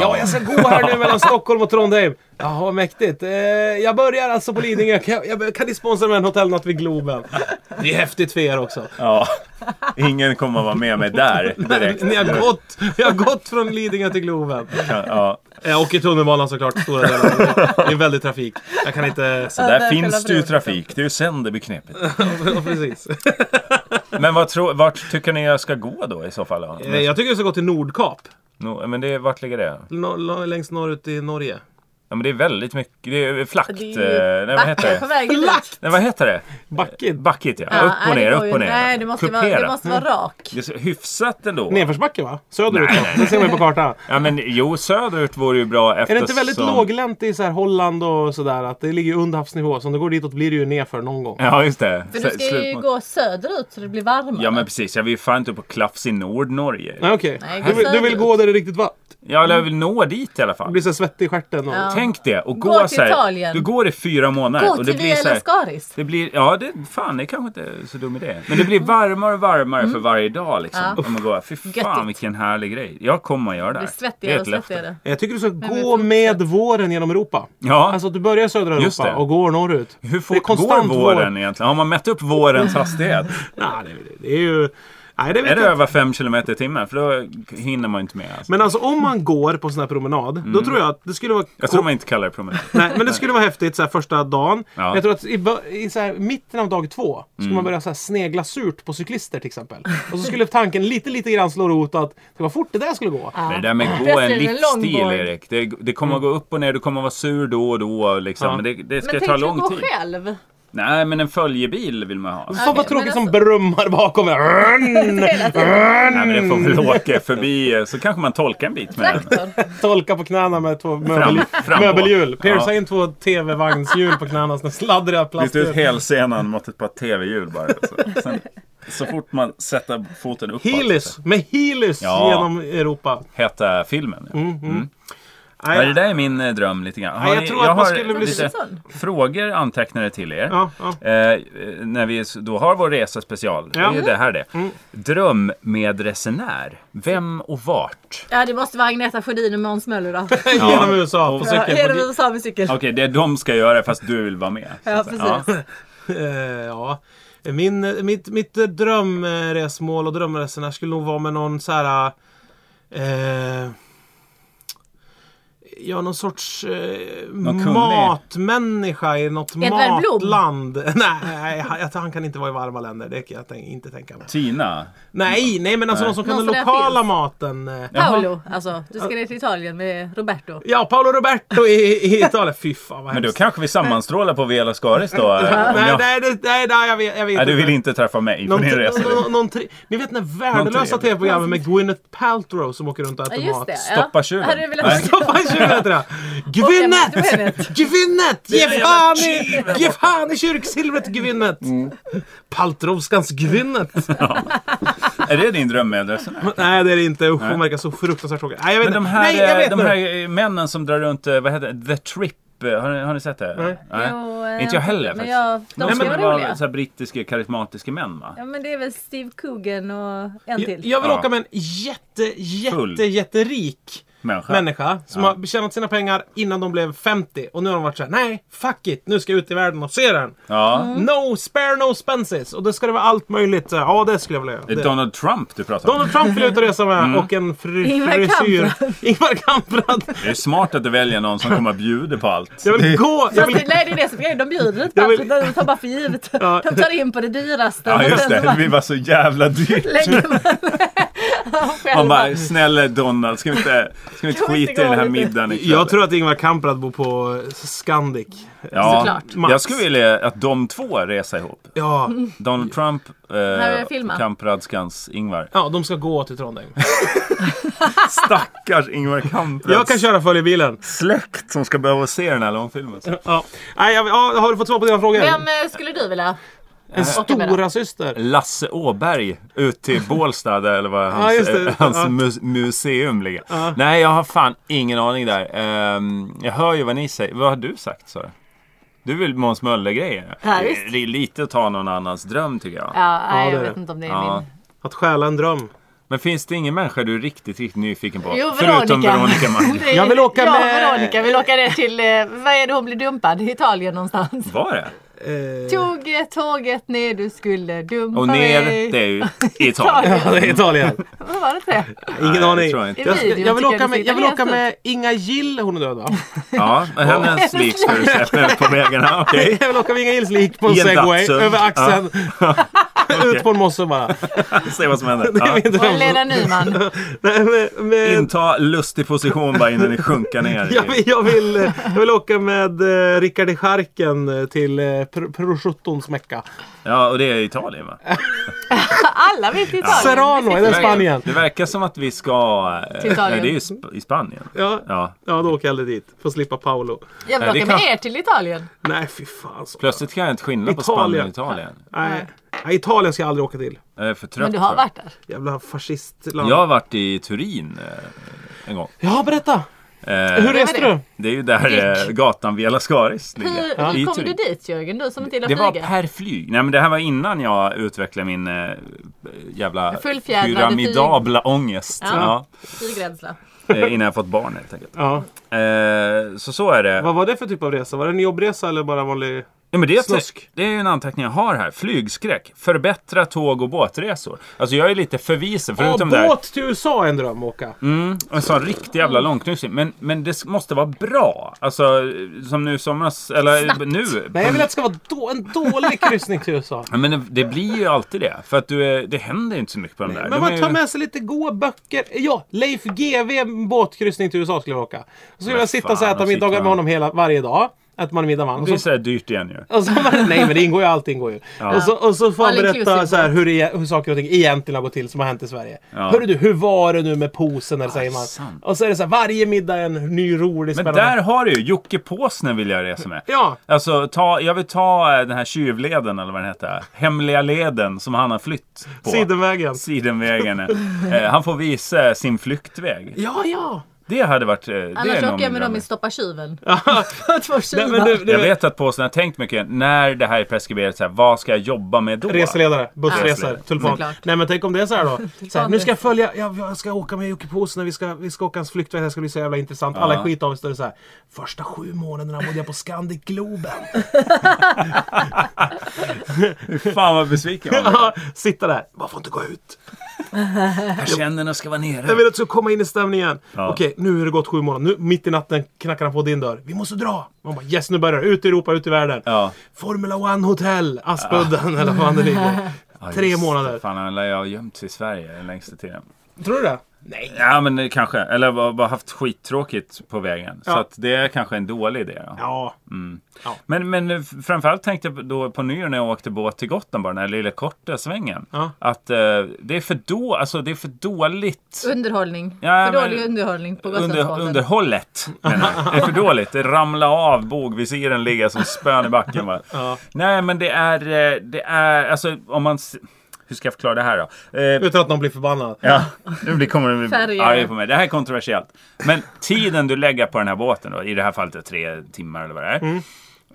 C: Ja, jag ska gå här nu mellan Stockholm och Trondheim. Jaha, vad mäktigt. Eh, jag börjar alltså på Lidingö. Kan, jag- jag, kan ni sponsra med en hotellnatt vid Globen? Det är häftigt för er också.
B: Ja, ingen kommer att vara med mig där direkt.
C: Ni har gått, vi har gått från Lidingö till Globen.
B: Ja,
C: Eh, och i tunnelbanan såklart, stora delar. Det är väldigt trafik. Jag kan inte...
B: så där
D: där
B: finns
D: kollar
B: det ju
D: bron.
B: trafik. Det är ju sen det blir knepigt.
C: [laughs] Ja, Precis.
B: Men vad tro, vart tycker ni jag ska gå då i så fall? Då?
C: Eh, Jag tycker du ska gå till Nordkap.
B: No, men det, vart ligger det?
C: Nå- nå- längst norrut i Norge.
B: Ja men det är väldigt mycket, det är flakt.
D: Det
B: eh,
D: är ju
B: Nej vad heter
D: backar på
B: det?
D: vägen dit.
B: Nej vad heter det?
C: Backigt.
B: Backigt ja.
D: Ja,
B: upp och
D: nej,
B: ner,
D: det går ju-
B: upp och ner.
D: Nej, det måste, vara, det
B: Kupera.
D: måste vara rak.
B: Det är så hyfsat ändå.
C: Nedförsbacke va? Söderut?
B: Nej,
C: va?
B: nej,
C: Det ser man ju på kartan.
B: Ja men jo söderut vore ju bra eftersom...
C: Är det inte väldigt låglänt i så här Holland och sådär? Att det ligger under havsnivå. Så om du går ditåt blir det ju nerför någon gång.
B: Ja just det.
D: För
B: Så-
D: du ska
B: Mm. slut
D: ju
B: mot-
D: gå söderut så det blir varmare.
B: Ja men precis, jag vill ju fan inte upp på Klafs i Nord-Norge.
C: Nej okej.
D: Nej,
C: Du, vill- du vill
D: söderut.
C: gå där det är riktigt varmt.
B: Ja, eller jag vill nå dit i alla fall.
C: Du blir så här svettig i stjärten. Och...
D: Ja.
B: Tänk det och gå,
D: Gå till
B: så här,
D: Italien.
B: Du går i fyra månader.
D: Gå
B: och det
D: till
B: blir
D: Via
B: så här,
D: Lascaris.
B: det blir, ja, det, fan det är kanske inte är så dum idé. Men det blir varmare och varmare för varje dag. Liksom.
D: Mm. Ja.
B: Om man går, fy fan
D: Göttigt.
B: vilken härlig grej. Jag kommer att göra det
D: Det
B: här.
D: blir
B: Det är
D: svettigare
B: ett
D: och
B: löfte.
D: svettigare.
C: Jag tycker du ska
D: vi
C: gå
D: fortsätter.
C: med våren genom Europa.
B: Ja,
C: Alltså att du börjar i södra
B: Just
C: Europa
B: det.
C: och går norrut.
B: hur
C: Det är
B: fort går
C: konstant vår.
B: våren egentligen? Har man mätt upp vårens hastighet?
C: Nej, det, det är ju... Nej, det vet
B: är det
C: jag inte.
B: över 5 km i timmen? För då hinner man ju inte med. Alltså.
C: Men alltså om man går på en sån här promenad, då tror jag att det skulle vara...
B: Mm. Jag tror man inte kallar det promenad.
C: Nej, men det skulle vara häftigt så här, första dagen.
B: Ja. Mm.
C: Jag tror att i, bö- i så här, mitten av dag två skulle man börja så här, snegla surt på cyklister till exempel. Och så skulle tanken lite, lite grann slå rot att det var fort det där skulle gå.
D: Ja.
B: Men Det där med att gå
D: Förresten,
B: en
D: en
B: livsstil
D: longboard.
B: Erik. Det, det kommer att gå upp och ner, du kommer att vara sur då och då. Liksom.
C: Mm. Ja.
B: Men det, det ska
D: Men
B: ta
D: tänk dig att
B: lång
D: gå
B: tid.
D: själv.
B: Nej, men en följebil vill man ha.
C: Fan vad
D: men
C: tråkigt
D: alltså-
C: som brummar bakom en.
D: [laughs] Hela tiden.
B: Nej, men det får väl åka förbi eh, så kanske man tolkar en bit med den.
D: Traktor.
C: Tolka på knäna med två möbel,
B: framåt.
C: möbelhjul. Pierca
B: Ja.
C: in två TV-vagnshjul på knäna. Såna sladdriga
B: Lyft ut
C: plasthjul.
B: hälsenan mot ett par TV-hjul bara. Så, sen, så fort man sätter foten uppåt.
C: Helis! Med Helis
B: Ja.
C: genom Europa.
B: Heta filmen. Ja.
C: Mm, Nej,
B: Ja, det där är min eh, dröm lite grann. Har
C: Ja, jag
B: ni-
C: tror att man
B: har
C: skulle bli
B: lite frågor antecknade till er.
C: Ja, ja.
B: Eh, Eh, när vi s- då har vår resa special.
C: Ja. Mm.
B: Det är ju det här det. Dröm med resenär. Vem och vart?
D: Ja, det måste vara Agneta Sjödin och Måns Möller då.
C: Genom USA på
D: Ja,
C: cykel.
D: Hela USA med cykel.
B: Okej, det de ska göra fast du vill vara med. så
D: Ja,
B: att säga.
D: precis.
C: Eh, ja. Min, mitt, mitt drömresmål och drömresenär skulle nog vara med någon så här... Eh, ja, någon sorts eh,
B: kunglig.
C: matmänniska i något
D: Edvard Blom?
C: matland. [laughs] Nej, han, jag- han kan inte vara i varma länder. Det kan jag tänk, inte tänka mig.
B: Tina.
C: Nej, nej men alltså någon som kan
D: Någon
C: den
D: som redan
C: lokala
D: finns.
C: maten. eh.
D: Paolo, alltså. Du ska ner till Italien med Roberto.
C: Ja, Paolo Roberto i, i Italien. Fy fan vad
B: Men då
C: hemskt.
B: kanske vi sammanstrålar på Vela Skaris då? eh, om
C: Nej,
B: jag-
C: nej, det- nej, nej, jag vet, jag vet
B: Nej, du vill
C: inte.
B: inte träffa mig på
C: Någon,
B: din
C: någon,
B: resa.
C: någon, någon tri- ni vet den här värdelösa
B: trevlig.
C: tv-programmet med Gwyneth Paltrow som åker runt och
D: Ja,
C: äter
D: just
C: mat.
D: det. Ja.
B: Stoppa tjuven.
D: Hade du velat
B: Nej.
D: se-
C: [laughs] Vad fan tjuven heter
D: [laughs]
C: det?
B: [laughs]
D: Och Emma
C: Gwyneth!
D: Gwyneth.
C: Gwyneth! Ge fan i, ge fan i kyrksilvret Gwyneth!
B: Mm.
C: Paltrowskans Gwyneth! [laughs]
B: Är det din drömmedelsen?
C: Nej det är det inte. Usch hon verkar så fruktansvärt tråkig. Nej jag vet
B: Men de
C: inte.
B: här,
C: Nej jag
B: eh,
C: vet
B: de
C: inte.
B: här eh, männen som drar runt, eh, vad heter det? The Trip. eh, Har ni, har ni sett det?
C: Nej.
D: Jo, eh,
B: inte jag heller
D: men
B: faktiskt.
D: jag- de
B: Någon
D: ska
B: som
D: vara
B: var
D: roliga.
B: så här brittiska karismatiska män va?
D: Ja men det är väl Steve Coogan och en
C: Jag,
D: till.
C: jag vill
B: Ja.
C: åka med en jätte,
B: Full.
C: jätte, jätterik
B: Människa.
C: människa som har tjänat sina pengar innan de blev 50 och nu har de varit såhär nej fuck it nu ska jag ut i världen och se den.
B: Ja.
D: Mm.
C: No spare no expenses. Och då ska det vara allt möjligt. Så, Ja, det skulle jag vilja göra.
B: Det är Mm.
C: Det.
B: Donald Trump du pratar om.
C: Donald Trump vill ut och resa med och en fri,
D: Ingvar
C: frisyr. Ingvar
B: [laughs]
C: Kamprad.
B: Det är smart att du väljer någon som kommer att bjuda på allt.
C: Jag vill gå. Jag
D: Fast
C: vill...
D: det, nej det är det som är grejen, de bjuder inte
C: Jag
D: på
C: vill-
D: allt utan de tar bara för givet.
C: Ja.
D: De tar in på det dyraste.
B: Ja
D: och
B: just
D: sen så
B: det,
D: bara
B: vi var så jävla dyrt.
D: lägger man [laughs] själva.
B: Man bara, snälla Donald, ska vi inte, ska vi inte
D: Kan vi inte
B: skita i den här
D: gå lite?
B: middagen ikväll?
C: Jag tror att Ingvar Kamprad bor på Scandic.
B: ja,
D: såklart.
B: Jag skulle vilja att de två reser ihop.
C: Ja,
B: Donald Trump,
D: är
B: eh,
D: filmen.
B: Kampradskans Ingvar.
C: ja de ska gå till Trondheim.
B: Stackars Ingvar Kamprads
C: Jag kan köra följebilen.
B: släkt som ska behöva se den här långfilmen.
C: Ja. Nej, jag, ja, har du fått svar på dina frågor?
D: Vem eh, skulle du vilja?
C: en stora syster.
B: Lasse Åberg ut
C: [laughs]
B: till Bålsta där, eller vad
C: Ja,
B: hans,
C: just det.
B: eh, hans
C: Ja.
B: mu- museum ligger. Nej, jag har fan ingen aning där. Ehm, jag hör ju vad ni säger. Vad har du sagt Sara? Du vill Måns Möller-grejer?
D: Ja,
B: Det är-
D: visst.
B: det är lite att ta någon annans dröm tycker jag.
D: Ja, nej,
C: Ja,
D: jag
C: det-
D: vet inte om det är
B: Ja.
D: min.
C: Att stjäla en dröm.
B: Men finns det ingen människa du är riktigt, riktigt nyfiken på?
D: Jo,
B: Förutom Veronica Maggio.
C: [laughs]
D: Det är-
C: Jag vill åka
D: jag och
C: med-
D: Veronica vill åka ner till, eh, vad är det hon blir dumpad?
B: [laughs]
D: Italien någonstans.
B: Var det?
C: Eh...
D: Tog eh, tåget ner du skulle dumpa
B: Och ner,
D: mig.
B: det är
C: [laughs]
B: ju Italien.
C: [laughs] Ja, det är Italien.
D: Vad var det inte det?
C: Ingen
B: det
C: aning.
B: tror jag inte.
C: Jag, ska- jag, vill
D: Tycker
C: åka
D: jag det
C: med,
D: ser
C: jag vill åka
D: italienskt
C: med Inga Gill, hon är död va?
B: Ja, men
C: [laughs]
B: hennes lik ska du släppa ut på vägarna. Okej. [laughs]
C: Jag vill åka med Inga Gills lik på en
B: I en
C: segway
B: Datsun.
C: [laughs] över axeln. Ut på en mosse [laughs] bara.
B: Se vad som händer.
C: Det är
B: Ja.
C: min
D: Och
C: dröm.
D: Lena Nyman.
C: Nej, men, men,
B: Inta lustig position bara innan ni sjunker ner.
C: jag, vill, jag, vill, jag vill åka med eh, Rickard i charken eh, till eh, Pr- prosciuttons mecka.
B: Ja, och det är Italien va?
D: Alla vill till Italien.
C: Serrano, är det Spanien?
B: Det verkar som att vi ska... eh,
D: Till Italien.
B: Nej, det är ju sp i Spanien.
C: Ja, ja.
B: Ja.
C: då åker jag aldrig dit. Får slippa Paolo.
D: Jag vill
B: Nej, det
D: åka
B: kan-
D: med er till Italien.
C: Nej, fy fan. Så.
B: Plötsligt kan jag inte skilja på Spanien och Italien.
C: Nej. Nej, Italien ska jag aldrig åka till.
B: Jag är för trött.
D: Men du har
B: för det.
D: varit där.
C: Jävla fascistland.
B: Jag
C: Ja,
B: har varit i Turin eh, en gång.
C: berätta.
B: Eh,
C: Hur
D: det
C: reste
D: var det.
C: du?
B: Det är ju där eh, gatan Via Lascaris ligger.
D: Hur, hur
B: I
D: kom
B: Turin.
D: du dit Jörgen? Du som inte gillar
B: Det var
D: flyga.
B: per flyg. Nej men det här var innan jag utvecklade min eh, jävla
D: Fullfjädrade
B: pyramidabla ångest.
D: Ja.
B: Ja.
D: Flygrädsla.
B: Eh, innan jag fått barn helt enkelt.
C: Ja.
B: Eh, så så är det.
C: Vad var det för typ av resa? Var det en jobbresa eller bara vanlig?
B: Ja, men det, är
C: Snusk.
B: det är ju en anteckning jag har här. Flygskräck. Förbättra tåg och båtresor. Alltså jag är lite förvisen
C: Ja,
B: förutom det här.
C: båt Mm. till USA är en dröm att åka.
B: Mm, en sån riktig jävla långknusning. Men, men det måste vara bra. Alltså som nu i somras. Eller nu.
C: Nej, jag vill att det ska vara då, en dålig kryssning till USA.
B: [laughs] Ja, men det, det blir ju alltid det. För att du är, det händer ju inte så mycket på de där.
C: Men
B: de är
C: man tar
B: ju...
C: med sig lite goda böcker. Ja, Leif GW båtkryssning till USA skulle jag åka. Så skulle
B: Men
C: jag sitta och
B: fan,
C: äta
B: då
C: middagar
B: sitter
C: med
B: han.
C: honom hela, varje dag. Äter man middag
B: Det
C: med honom.
B: är
C: Och så,
B: sådär dyrt igen ju.
C: och så, [laughs] nej men det ingår ju, allt ingår ju. Och, så, och så får han
D: All inclusive.
C: berätta så här, hur, det, är- hur saker och ting egentligen har gått till som har hänt i Sverige. Hörru du, hur var det nu med posen eller säger man.
B: sant.
C: Och så är det så här, varje middag är en ny rolig
B: Men
C: spännande.
B: där har du ju! Jocke Påsner vill jag resa med.
C: Ja.
B: Alltså, ta, jag vill ta eh, den här tjuvleden eller vad den heter. Hemliga leden som han har flytt på.
C: Sidenvägen.
B: Sidenvägen. eh, han får visa sin flyktväg.
C: Ja, ja.
B: Det hade varit... eh, Det
D: Annars
B: är nog
D: åker
B: min
D: jag med dem
B: dröm.
D: i Stoppa tjuven. [laughs] Två
C: Nej,
D: tjuvar.
C: men du,
B: Jag
C: du,
B: vet att Påsner har tänkt mycket. När det här är preskriberat, så här, vad ska jag jobba med då?
C: Reseledare, bussresor,
B: Reseledare.
C: tulpan.
D: Såklart.
C: Nej men tänk om det är så
B: [laughs]
C: här då. Så här, nu ska jag följa, jag, jag ska åka med Jocke Posen, vi ska, vi ska åka hans flyktväg, det här ska bli så jävla intressant. Alla är skit av sig, så här. Första sju månaderna bodde jag på Scandic Globen.
B: [laughs] Fan vad besviken
C: [laughs]
B: jag var.
C: Sitta där, man får inte gå ut.
B: Persiennerna ska vara nere.
C: Jag vill att du ska komma in i stämningen.
B: Ja.
C: Okej, nu har det gått sju månader, nu mitt i natten knackar han på din dörr. Vi måste dra! Man bara yes, nu börjar det. Ut i Europa, ut i världen.
B: Ja.
C: Formula 1 hotell, Aspudden eller vad fan det ligger.
B: Ja,
C: Tre
B: just det.
C: månader.
B: Fan, han lär ju ha gömt sig i Sverige den längsta tiden.
C: Tror du det? Nej.
B: Ja men eh, kanske. Eller bara bara haft skittråkigt på vägen.
C: Ja.
B: Så att det är kanske en dålig idé. Då.
C: Ja.
B: Men, men eh, f- framförallt tänkte jag då på nyår när jag åkte båt till Gotland bara, den här lilla korta svängen.
C: Ja.
B: Att eh, det, är för då, alltså, det är för dåligt
D: Underhållning.
B: Ja,
D: För dålig
B: men-
D: underhållning på
B: under,
D: Gotlandsbåten.
B: underhållet. menar jag. Det är för dåligt. Det ramlar av, bogvisiren ligger som spön i backen. Bara.
C: Ja.
B: Nej men det är, eh, det är, alltså om man... s- Hur ska jag förklara det här då? Eh,
C: Utan att någon blir förbannad.
B: Ja, nu blir- kommer de bli
D: Färger.
B: arga på mig. Det här är kontroversiellt. Men tiden du lägger på den här båten då, i det här fallet är det tre timmar eller vad det är.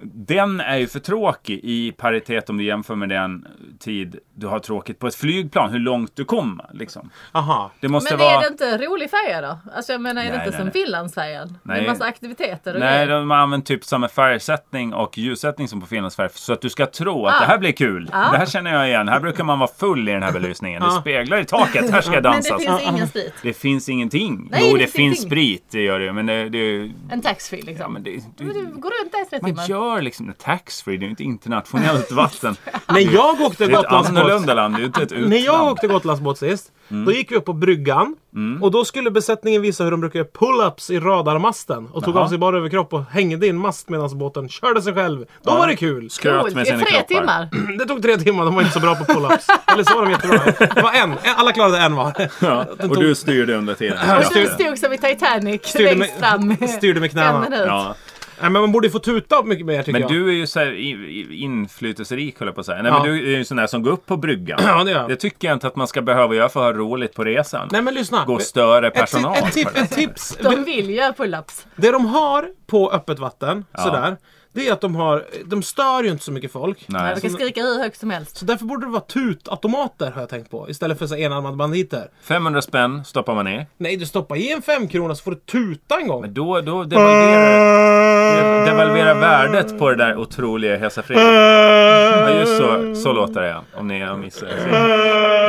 B: Den är ju för tråkig i paritet om du jämför med den tid du har tråkigt på ett flygplan. Hur långt du kommer liksom.
C: Aha.
B: Det måste
D: Men
B: vara...
D: är det inte rolig färja då? Alltså jag menar är det
B: Nej,
D: inte
B: nej,
D: som
B: nej.
D: Finlandsfärjan? Med
B: Nej.
D: massa aktiviteter och
B: Nej,
D: grejer.
B: de har använt typ samma färgsättning och ljussättning som på Finlandsfärg. Så att du ska tro att
D: Ah. Ah.
B: det här blir kul. Det här känner jag igen. Här brukar man vara full i
D: [laughs]
B: den här belysningen. Det speglar i taket. Här ska jag
D: Men det
B: dansas. Ah.
D: finns ingen sprit.
B: Det finns ingenting.
D: Nej,
B: jo, det,
D: det finns
B: finns
D: ingenting.
B: sprit, det gör det. Men det, det,
D: En taxfree
B: ja,
D: liksom.
B: men det,
D: Men
B: det
D: du går runt där i tre
B: man
D: timmar.
B: gör liksom taxfree. Det är ju inte
D: [laughs]
B: internationellt vatten.
C: När jag åkte
B: Det är ett
C: Gotlandsbåt.
B: annorlunda land. Det är ju inte ett utland. Mm.
C: När jag åkte Gotlandsbåt sist, då gick vi upp på bryggan. Och då skulle besättningen visa hur de brukar göra pull-ups i radarmasten. Och tog
B: Jaha.
C: av sig bara överkropp och hängde i en mast medan båten körde sig själv. Då var det kul! [clears throat]
B: Skröt med
D: I
B: sina
D: tre
B: kroppar.
D: timmar.
C: Det tog tre timmar, de var inte så bra på
B: [laughs]
C: pull-ups. Eller så var de jättebra. Det var en. Alla klarade en va?
B: Ja. Och du styrde under tiden. Ja.
D: Och du stod som i Titanic
C: Styrde med-
D: längst
B: [laughs]
D: fram. i
C: styrde med knäna.
D: en minut.
B: Ja.
C: Nej men man borde ju få tuta mycket mer tycker
B: Men
C: jag.
B: du är ju så här i- i- inflytelserik höll jag på att säga. Nej,
C: Ja.
B: men du är ju en sån där som går upp på bryggan.
C: [clears throat] Ja, det gör jag.
B: det tycker jag inte att man ska behöva göra för att ha roligt på resan.
C: Nej men lyssna.
B: Gå och störa
C: Ett, ti-
B: personal.
C: ett, tip,
B: på det
C: ett
B: sättet.
C: tips.
D: De vill göra pull-ups.
C: Det de har på öppet vatten,
B: Ja.
C: sådär, det är att de har, de stör ju inte så mycket folk.
B: Nej.
D: Man kan skrika hur högt som helst.
C: Så därför borde det vara tutautomater har jag tänkt på, istället för så här enarmade banditer.
B: 500 spänn stoppar man ner.
C: Nej, du stoppar i en femkrona så får du tuta en gång.
B: Men då, då devalverar, devalverar värdet på det där otroliga Hesa Fredrik. Ja, just så. Så låter det ja. Om ni har missat.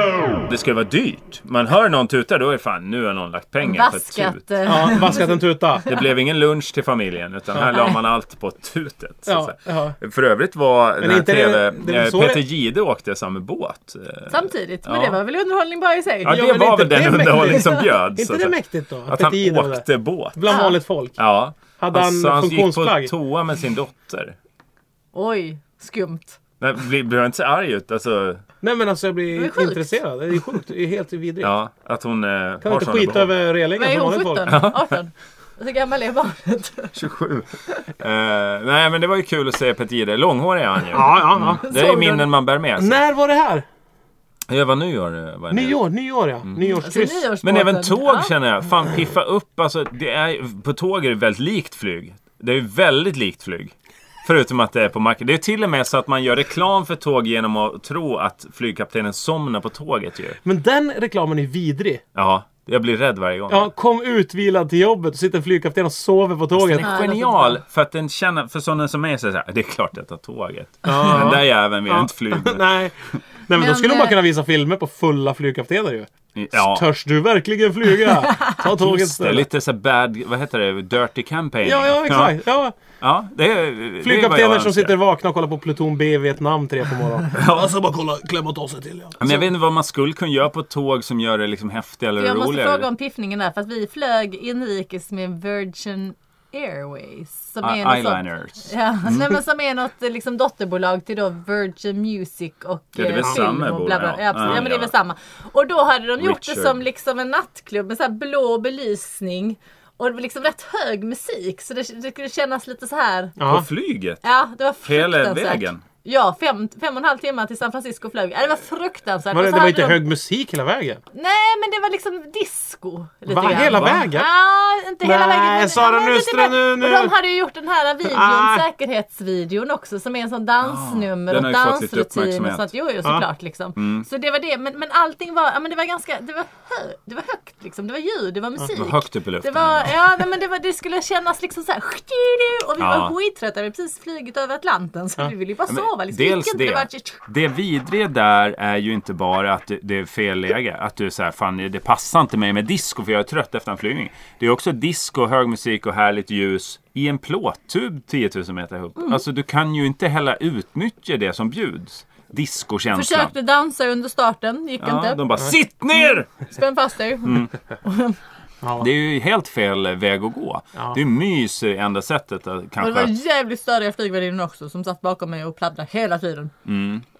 C: [clears throat]
B: Det ska ju vara dyrt. Man hör någon tuta, då är det fan nu har någon lagt pengar för tut.
D: Vaskat. eh,
C: Ja, vaskat
B: [laughs]
C: en tuta.
B: Det blev ingen lunch till familjen utan här la man allt på tutet. Så
C: Ja,
B: att
C: ja.
B: säga. För övrigt var den här
C: inte
B: TV...
C: det- det är väl
B: eh,
C: så
B: Peter
C: det-
B: Gide åkte samma båt. Eh,
D: Samtidigt. Men
B: Ja.
D: det var väl underhållning bara i sig.
B: Ja, det
C: Ja, men
B: var
C: inte
B: väl den
C: det mäktigt.
B: underhållning som bjöd. så
C: inte
B: att
C: det
B: säga.
C: mäktigt då?
B: Att han
C: Petit Idol där.
B: åkte båt.
C: Bland
D: Ja.
C: vanligt folk.
B: Ja.
C: Hade han
B: Alltså, han gick på
C: funktionsplagg?
B: toa med sin dotter.
D: Oj, skumt.
B: Nej, blir blir han inte så arg ut? Alltså,
C: Nej men alltså jag
D: Det är
C: blir
D: sjukt.
C: intresserad. Det är sjukt. Det är helt vidrigt.
B: ja, att hon eh,
C: Kan
B: har
C: inte
B: sådana
C: skita
B: behov.
C: över
D: Vad
C: relingen
D: är
C: som
D: hon?
C: vanligt folk.
D: 17? 18? Hur gammal
B: [laughs]
D: är barnet?
B: 27. Eh, nej, men det var ju kul att se Peter Gide. Långhårig är han ju.
C: Ja, ja, ja.
B: Det är Mm.
D: Såg du-
B: minnen man bär med sig.
C: När var det här?
B: Jag var nyår. Var det?
C: Nyår, nyår ja.
B: Mm.
D: Alltså,
C: Nyårskryss.
D: nyårsbåten.
B: Men även tåg
D: Ja.
B: känner jag. Fan, piffa upp. Alltså, det är, på tåg är det väldigt likt flyg. Det är ju väldigt likt flyg. Förutom att det är på marken. Det är till och med så att man gör reklam för tåg genom att tro att flygkaptenen somnar på tåget ju.
C: Men den reklamen är vidrig.
B: Ja, jag blir rädd varje gång.
C: Ja, kom utvilad till jobbet och sitter en flygkapten och sover på tåget.
B: Den
D: Ja,
B: är
D: det låter
B: genial för att den känner, för sådana som är så här, det är klart jag tar tåget. Den där jäveln vill jag inte flyga med.
C: Nej. Nej men då
D: Men,
C: skulle
D: eh,
C: man kunna visa filmer på fulla flygkaptener ju.
B: Ja,
C: Törs du verkligen flyga? Ta tåget
B: det är
C: snälla.
B: lite så här bad, vad heter det, dirty campaign.
C: Ja, ja exakt. Ja.
B: Ja, det är, det är vad jag
C: Flygkaptener som
B: önskar.
C: sitter vakna och kollar på Pluton B i Vietnam tre på
B: [laughs]
C: morgonen. Ja, så bara kolla, klämma och ta sig till.
B: Men jag vet inte vad man skulle kunna göra på ett tåg som gör det liksom häftigare eller
D: Jag måste
B: roligare.
D: fråga om piffningen där för att vi flög inrikes med Virgin Airways. Som
B: I-
D: något sånt-
B: Ah, Eyeliners.
D: Ja, [laughs] nej, men som är något eh, liksom, dotterbolag till då Virgin Music och
B: Ja, det är väl
D: eh, film
B: samma
D: och bla bla.
B: bolag, ja. Ah,
D: Ja, absolut.
B: Ja,
D: ja, men det är väl
B: ja.
D: samma. Och då hade de gjort det
B: Richard.
D: som liksom en nattklubb med så här blå belysning. Och det var liksom rätt hög musik så det, det skulle kännas lite så här.
B: På
C: Ja.
B: flyget?
D: Ja, det var
B: Hela
D: fruktansvärt.
B: vägen?
D: Ja, fem, fem och en halv timme till San Francisco flög. Ja, det var fruktansvärt.
C: Var
D: Och
C: det,
D: så
C: det var
D: hade
C: inte
D: de-
C: hög musik hela vägen.
D: Nej, men det var liksom disco. Lite
C: Va,
D: grann.
C: hela
B: Va?
C: vägen?
D: Ja, inte hela
C: Nej,
D: vägen. men-
C: Sara
D: ja, men
C: Nyström,
D: lite
C: nu-
D: väl-
C: nu-
D: Och de hade ju gjort den här videon,
C: Ah.
D: säkerhetsvideon också, som är en sån dansnummer
B: Ah, den
D: och
B: har ju fått lite
D: dansrutin. Och
B: uppmärksamhet. Mm.
D: sånt. Jo,
C: Ah.
D: jo, såklart liksom. Så det var det. Men, men allting var, ja, men det var ganska, det var, hö, det var högt liksom. Det var ljud, det var musik.
B: Det var högt upp i luften.
D: Det var, ja, nej, men det, var, det skulle kännas liksom så här. Och vi
B: Ja.
D: var skittrötta. Vi hade precis flugit över Atlanten. Så vi ville ju bara
B: Ja, men
D: sova. Liksom. Vi
B: Dels
D: gick inte,
B: det. Mm.
D: var-
B: Det vidriga där är ju inte bara att det- det är fel läge. Att du är så här, fan det det passar inte mig med disco för jag är trött efter en flygning. Det är också disco, hög musik och härligt ljus i en plåttub 10 000 meter upp.
D: Mm.
B: Alltså du kan ju inte heller utnyttja det som bjuds. Discokänslan.
D: Försökte dansa under starten, gick
B: Ja,
D: inte. Mm.
B: de Mm, bara SITT NER!
D: Spänn fast dig.
B: Det är ju helt fel väg att gå. Det är mys är enda sättet att
D: Och
B: kanske...
D: det var jävligt störiga flygvärdinnor också som satt bakom mig och pladdrade hela tiden.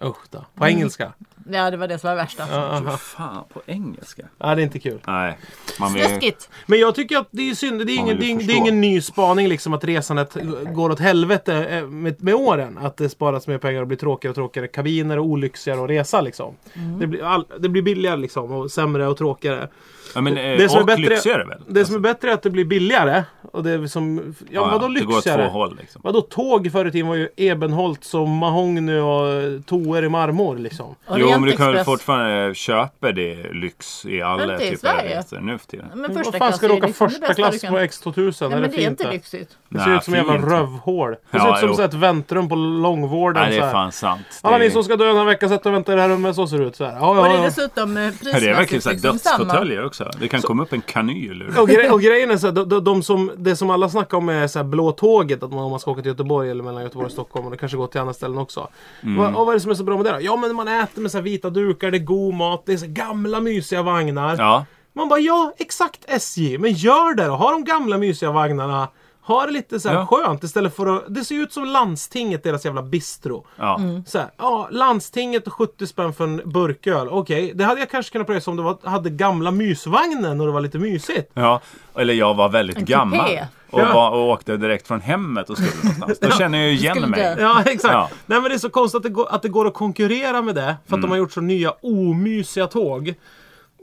C: Usch då.
B: Mm.
C: På engelska.
D: Ja det var det som var värsta.
B: Fy Fan, på engelska?
C: Ja, det är inte kul.
B: Nej. Man vill...
D: Läskigt.
C: Men jag tycker att det är synd. Det är, ingen,
B: vill
C: det är, ingen- det är
B: förstå.
C: ingen ny spaning liksom att resandet går åt helvete eh, med, med åren. Att det sparas mer pengar och blir tråkigare och tråkigare kabiner och olyxigare att resa liksom.
B: Mm.
C: Det, blir all, det blir billigare liksom och sämre och tråkigare.
B: Ja, men, eh,
C: Det som, är
B: och lyxigare
C: bättre,
B: väl? Alltså.
C: det som är bättre är att det blir billigare. Och det är som, ja,
B: Ja, det går
C: vadå
B: åt två
C: lyxigare?
B: håll liksom.
C: Vadå tåg förr i tiden var ju ebenholts och mahogny och eh, toer i marmor liksom.
B: Jo, men
D: Orient
B: du kan väl
D: Express.
B: fortfarande eh, köpa det lyx i alla
D: Inte i
B: typer av
D: Sverige.
B: resor nu för tiden.
D: Men
C: Vad
D: första
C: fan ska
D: klass är
C: du
D: ju
C: åka
D: liksom det
C: första
D: bästa du
C: klass
D: kan-
C: på X2000?
D: Nej
C: är
D: men
C: det
D: det är
C: fint
D: inte
C: det?
D: lyxigt.
C: Det ser ut som en jävla
B: fint.
C: rövhål. Det ser
B: Ja,
C: ut som
B: jo.
C: så här ett väntrum på långvården.
B: Nej, det
C: så
B: är
C: här.
B: fan sant.
C: Alla
B: Det är-
C: ni som ska dö den här veckan, sätt och vänta i det här rummet. Så ser det ut. Så här. Ja,
D: Och det
C: ja,
D: är
C: ja.
D: dessutom eh,
B: Ja, det är verkligen
D: prismässigt
B: så här
D: liksom samma.
B: dödsfåtöljer också. Det kan komma upp en kanyl ur.
C: Och, gre- och grejen är så här, de, de, de som, det som alla snackar om är så här blå tåget. Att man, om man ska åka till Göteborg eller mellan Göteborg och Stockholm. Och det kanske går till andra ställen också.
B: Mm.
C: Vad, och vad är det som är så bra med det då? Ja men man äter med så här vita dukar, det är god mat, det är så här gamla mysiga vagnar.
B: Ja.
C: Man bara ja, exakt SJ. Men gör det då. Ha de gamla mysiga vagnarna. Ha det lite så här
B: Ja.
C: skönt istället för att... Det ser ju ut som landstinget, deras jävla bistro.
B: Ja.
D: Mm.
C: Så här, ja, landstinget och 70 spänn för en burköl. Okej, det hade jag kanske kunnat pröjsa om du var, hade gamla mysvagnen och det var lite mysigt.
B: ja. Eller jag var väldigt
D: En
B: gammal.
D: kupé.
B: Och,
C: Ja.
B: var, och åkte direkt från hemmet och skulle någonstans. Då känner jag ju
D: skulle
B: igen mig.
D: dö.
C: [laughs] Ja, exakt.
B: Ja.
C: Nej men det är så konstigt att det går, att det går att konkurrera med det. För att de har gjort så nya omysiga tåg.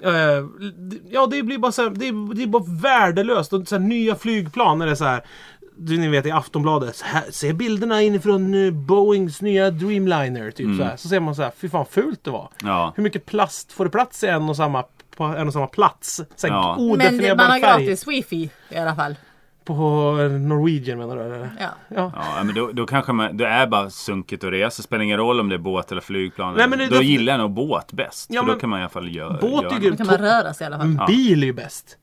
C: Eh, d- ja, det blir bara, så här, det, är, det är bara värdelöst. Och så här, nya flygplan när det är så här. Du, ni vet i Aftonbladet. Så här, se bilderna inifrån eh, Boeings nya Dreamliner. Typ, så, här. så ser man så här, fy fan fult det var.
B: Ja.
C: Hur mycket plast får det plats i en och samma, på en och samma plats? Så här,
B: Ja.
C: Odefinierbar
D: Men man har
C: färg.
D: gratis wifi i alla fall.
C: På Norwegian menar du? Eller?
D: Ja.
C: Ja.
B: Ja, men då, då kanske man, det är bara sunket att resa. Spelar ingen roll om det är båt eller flygplan.
C: Nej, men det-
B: då
C: det-
B: gillar jag nog båt bäst.
C: Ja,
B: för
C: men
B: då kan man i alla fall göra
C: båt
B: göra
C: är
B: något.
D: Då kan man röra sig i alla fall.
C: En bil är ju bäst.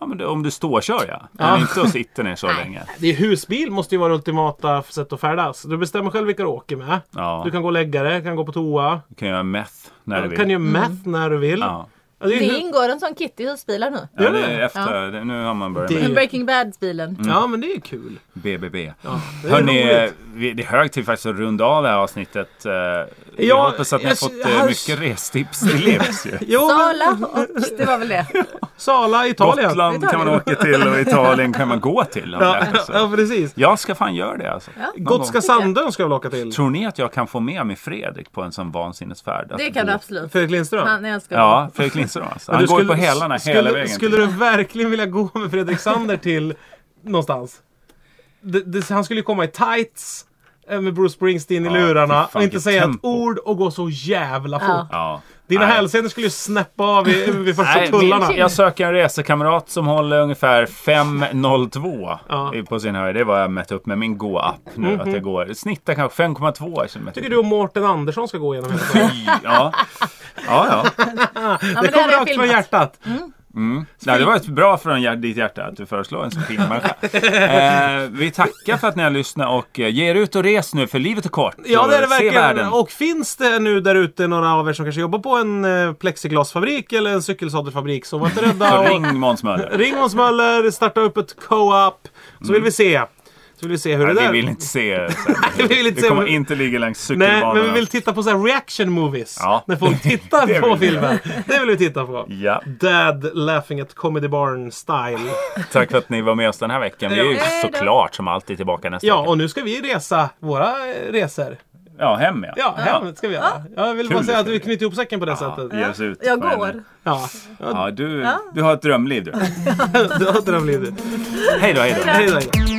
B: ja, men det, Om du står kör ja. Men inte att sitta ner så länge.
C: Det är husbil måste ju vara det ultimata sätt att färdas. Du bestämmer själv vilka du åker med.
B: Ja.
C: Du kan gå och lägga dig, kan gå på toa.
B: Du kan göra meth när du
C: Du
B: vill.
C: kan göra meth när du vill.
B: Ja.
C: Ja, Mm. det är ju
D: Det
C: hu-
D: ingår en sån kit i husbilar nu.
B: Ja, det är efter, det- Nu har man börjat
C: Det-
B: med
D: En Breaking Bad-bilen.
C: ja men det är ju kul.
B: BBB.
C: Det är
B: Hörni,
C: roligt.
B: det är hög tid faktiskt att runda av det här avsnittet. Eh, Vi
C: Ja,
B: hoppas att ni har
C: jag-
B: fått
C: jag-
B: eh, mycket restips till
C: [laughs]
B: livs ju.
C: Jo, men,
D: Sala och det var väl det.
C: Sala, Italien.
B: Gotland kan man åka till och Italien kan man gå till. Om det
C: Ja,
B: är så.
C: ja [laughs] precis.
B: Jag ska fan göra det alltså. Någon gång.
C: Gotska Sandön ska jag väl åka till?
B: Tror ni att jag kan få med mig Fredrik på en sån vansinnesfärd? Att
D: Det kan
B: gå-
D: du absolut.
C: Fredrik Lindström?
D: Han älskar ja.
B: Ja, Fredrik Lindström alltså.
C: Men
B: Han
C: du
B: går ju på hälarna
C: skulle,
B: hela vägen.
C: Skulle
B: till-
C: du verkligen vilja gå med Fredrik Sander till någonstans? Det, det, han skulle ju komma i tights eh, med Bruce Springsteen i
B: Ja, fy
C: lurarna
B: fan,
C: och inte
B: vilket
C: säga ett
B: tempo.
C: ord och gå så jävla fort.
D: Ja.
B: Ja.
C: Dina
B: Nej.
C: hälsenor skulle ju snäppa
B: [laughs]
C: av vid, vid första
B: Nej,
C: tullarna.
B: min- jag söker en resekamrat som håller ungefär 5,02
C: Ja. Mhm.
B: i- på sin höjd. Det är vad jag mätt upp med min gå-app nu. Att jag går, snittar kanske 5,2 km.
C: tycker du och Mårten Andersson ska gå igenom hela tiden.
B: Ja, ja. ja.
D: Ja,
C: Det
D: men det hade
C: kommer
D: jag
C: rakt från
D: filmat.
C: hjärtat.
B: Nej, det var ett bra från hjär- ditt hjärta att du föreslår en sån fin
C: [laughs]
B: människa. eh, Vi tackar för att ni har lyssnat och eh, ge er ut och res nu för livet är kort.
C: Ja,
B: Och
C: det är det
B: se
C: verkligen.
B: världen.
C: Och finns det nu där ute några av er som kanske jobbar på en eh, plexiglasfabrik eller en cykelsadelfabrik så var inte rädda.
B: Så
C: och-
B: ring Måns Möller.
C: Ring Måns Möller, starta upp ett co-op. Så vill vi se. Så vill vi se hur det
B: Nej,
C: där...
B: vi vill inte
C: [laughs]
B: se.
C: vi vill inte
B: Det
C: se
B: kommer
C: hur-
B: inte ligga längs
C: Nej, men vi
B: cykelbanorna.
C: vill titta på så här reaction movies.
B: Ja.
C: När folk
B: [laughs]
C: tittar
B: Det
C: på
B: vill vi
C: filmen. Det vill vi titta på.
B: Ja,
C: Dad laughing at comedy barn style.
B: tack för att ni var med oss den här veckan. Vi är ju
D: Ja. Hej då.
B: såklart som alltid tillbaka nästa
C: Ja,
B: vecka.
C: och nu ska vi resa våra eh, resor.
B: Ja, hem ja.
C: Ja, hem ska vi göra. Jag vill bara
B: Kul
C: säga
B: ska
C: att vi
B: vi.
C: knyter ihop säcken på det sättet.
B: Ge oss ut.
D: Jag
B: på en-
D: går.
C: Ja, [laughs]
B: Ja, du, du har ett drömliv du.
C: det har drömlivet.
B: Hej då, hej då.
C: Hej då.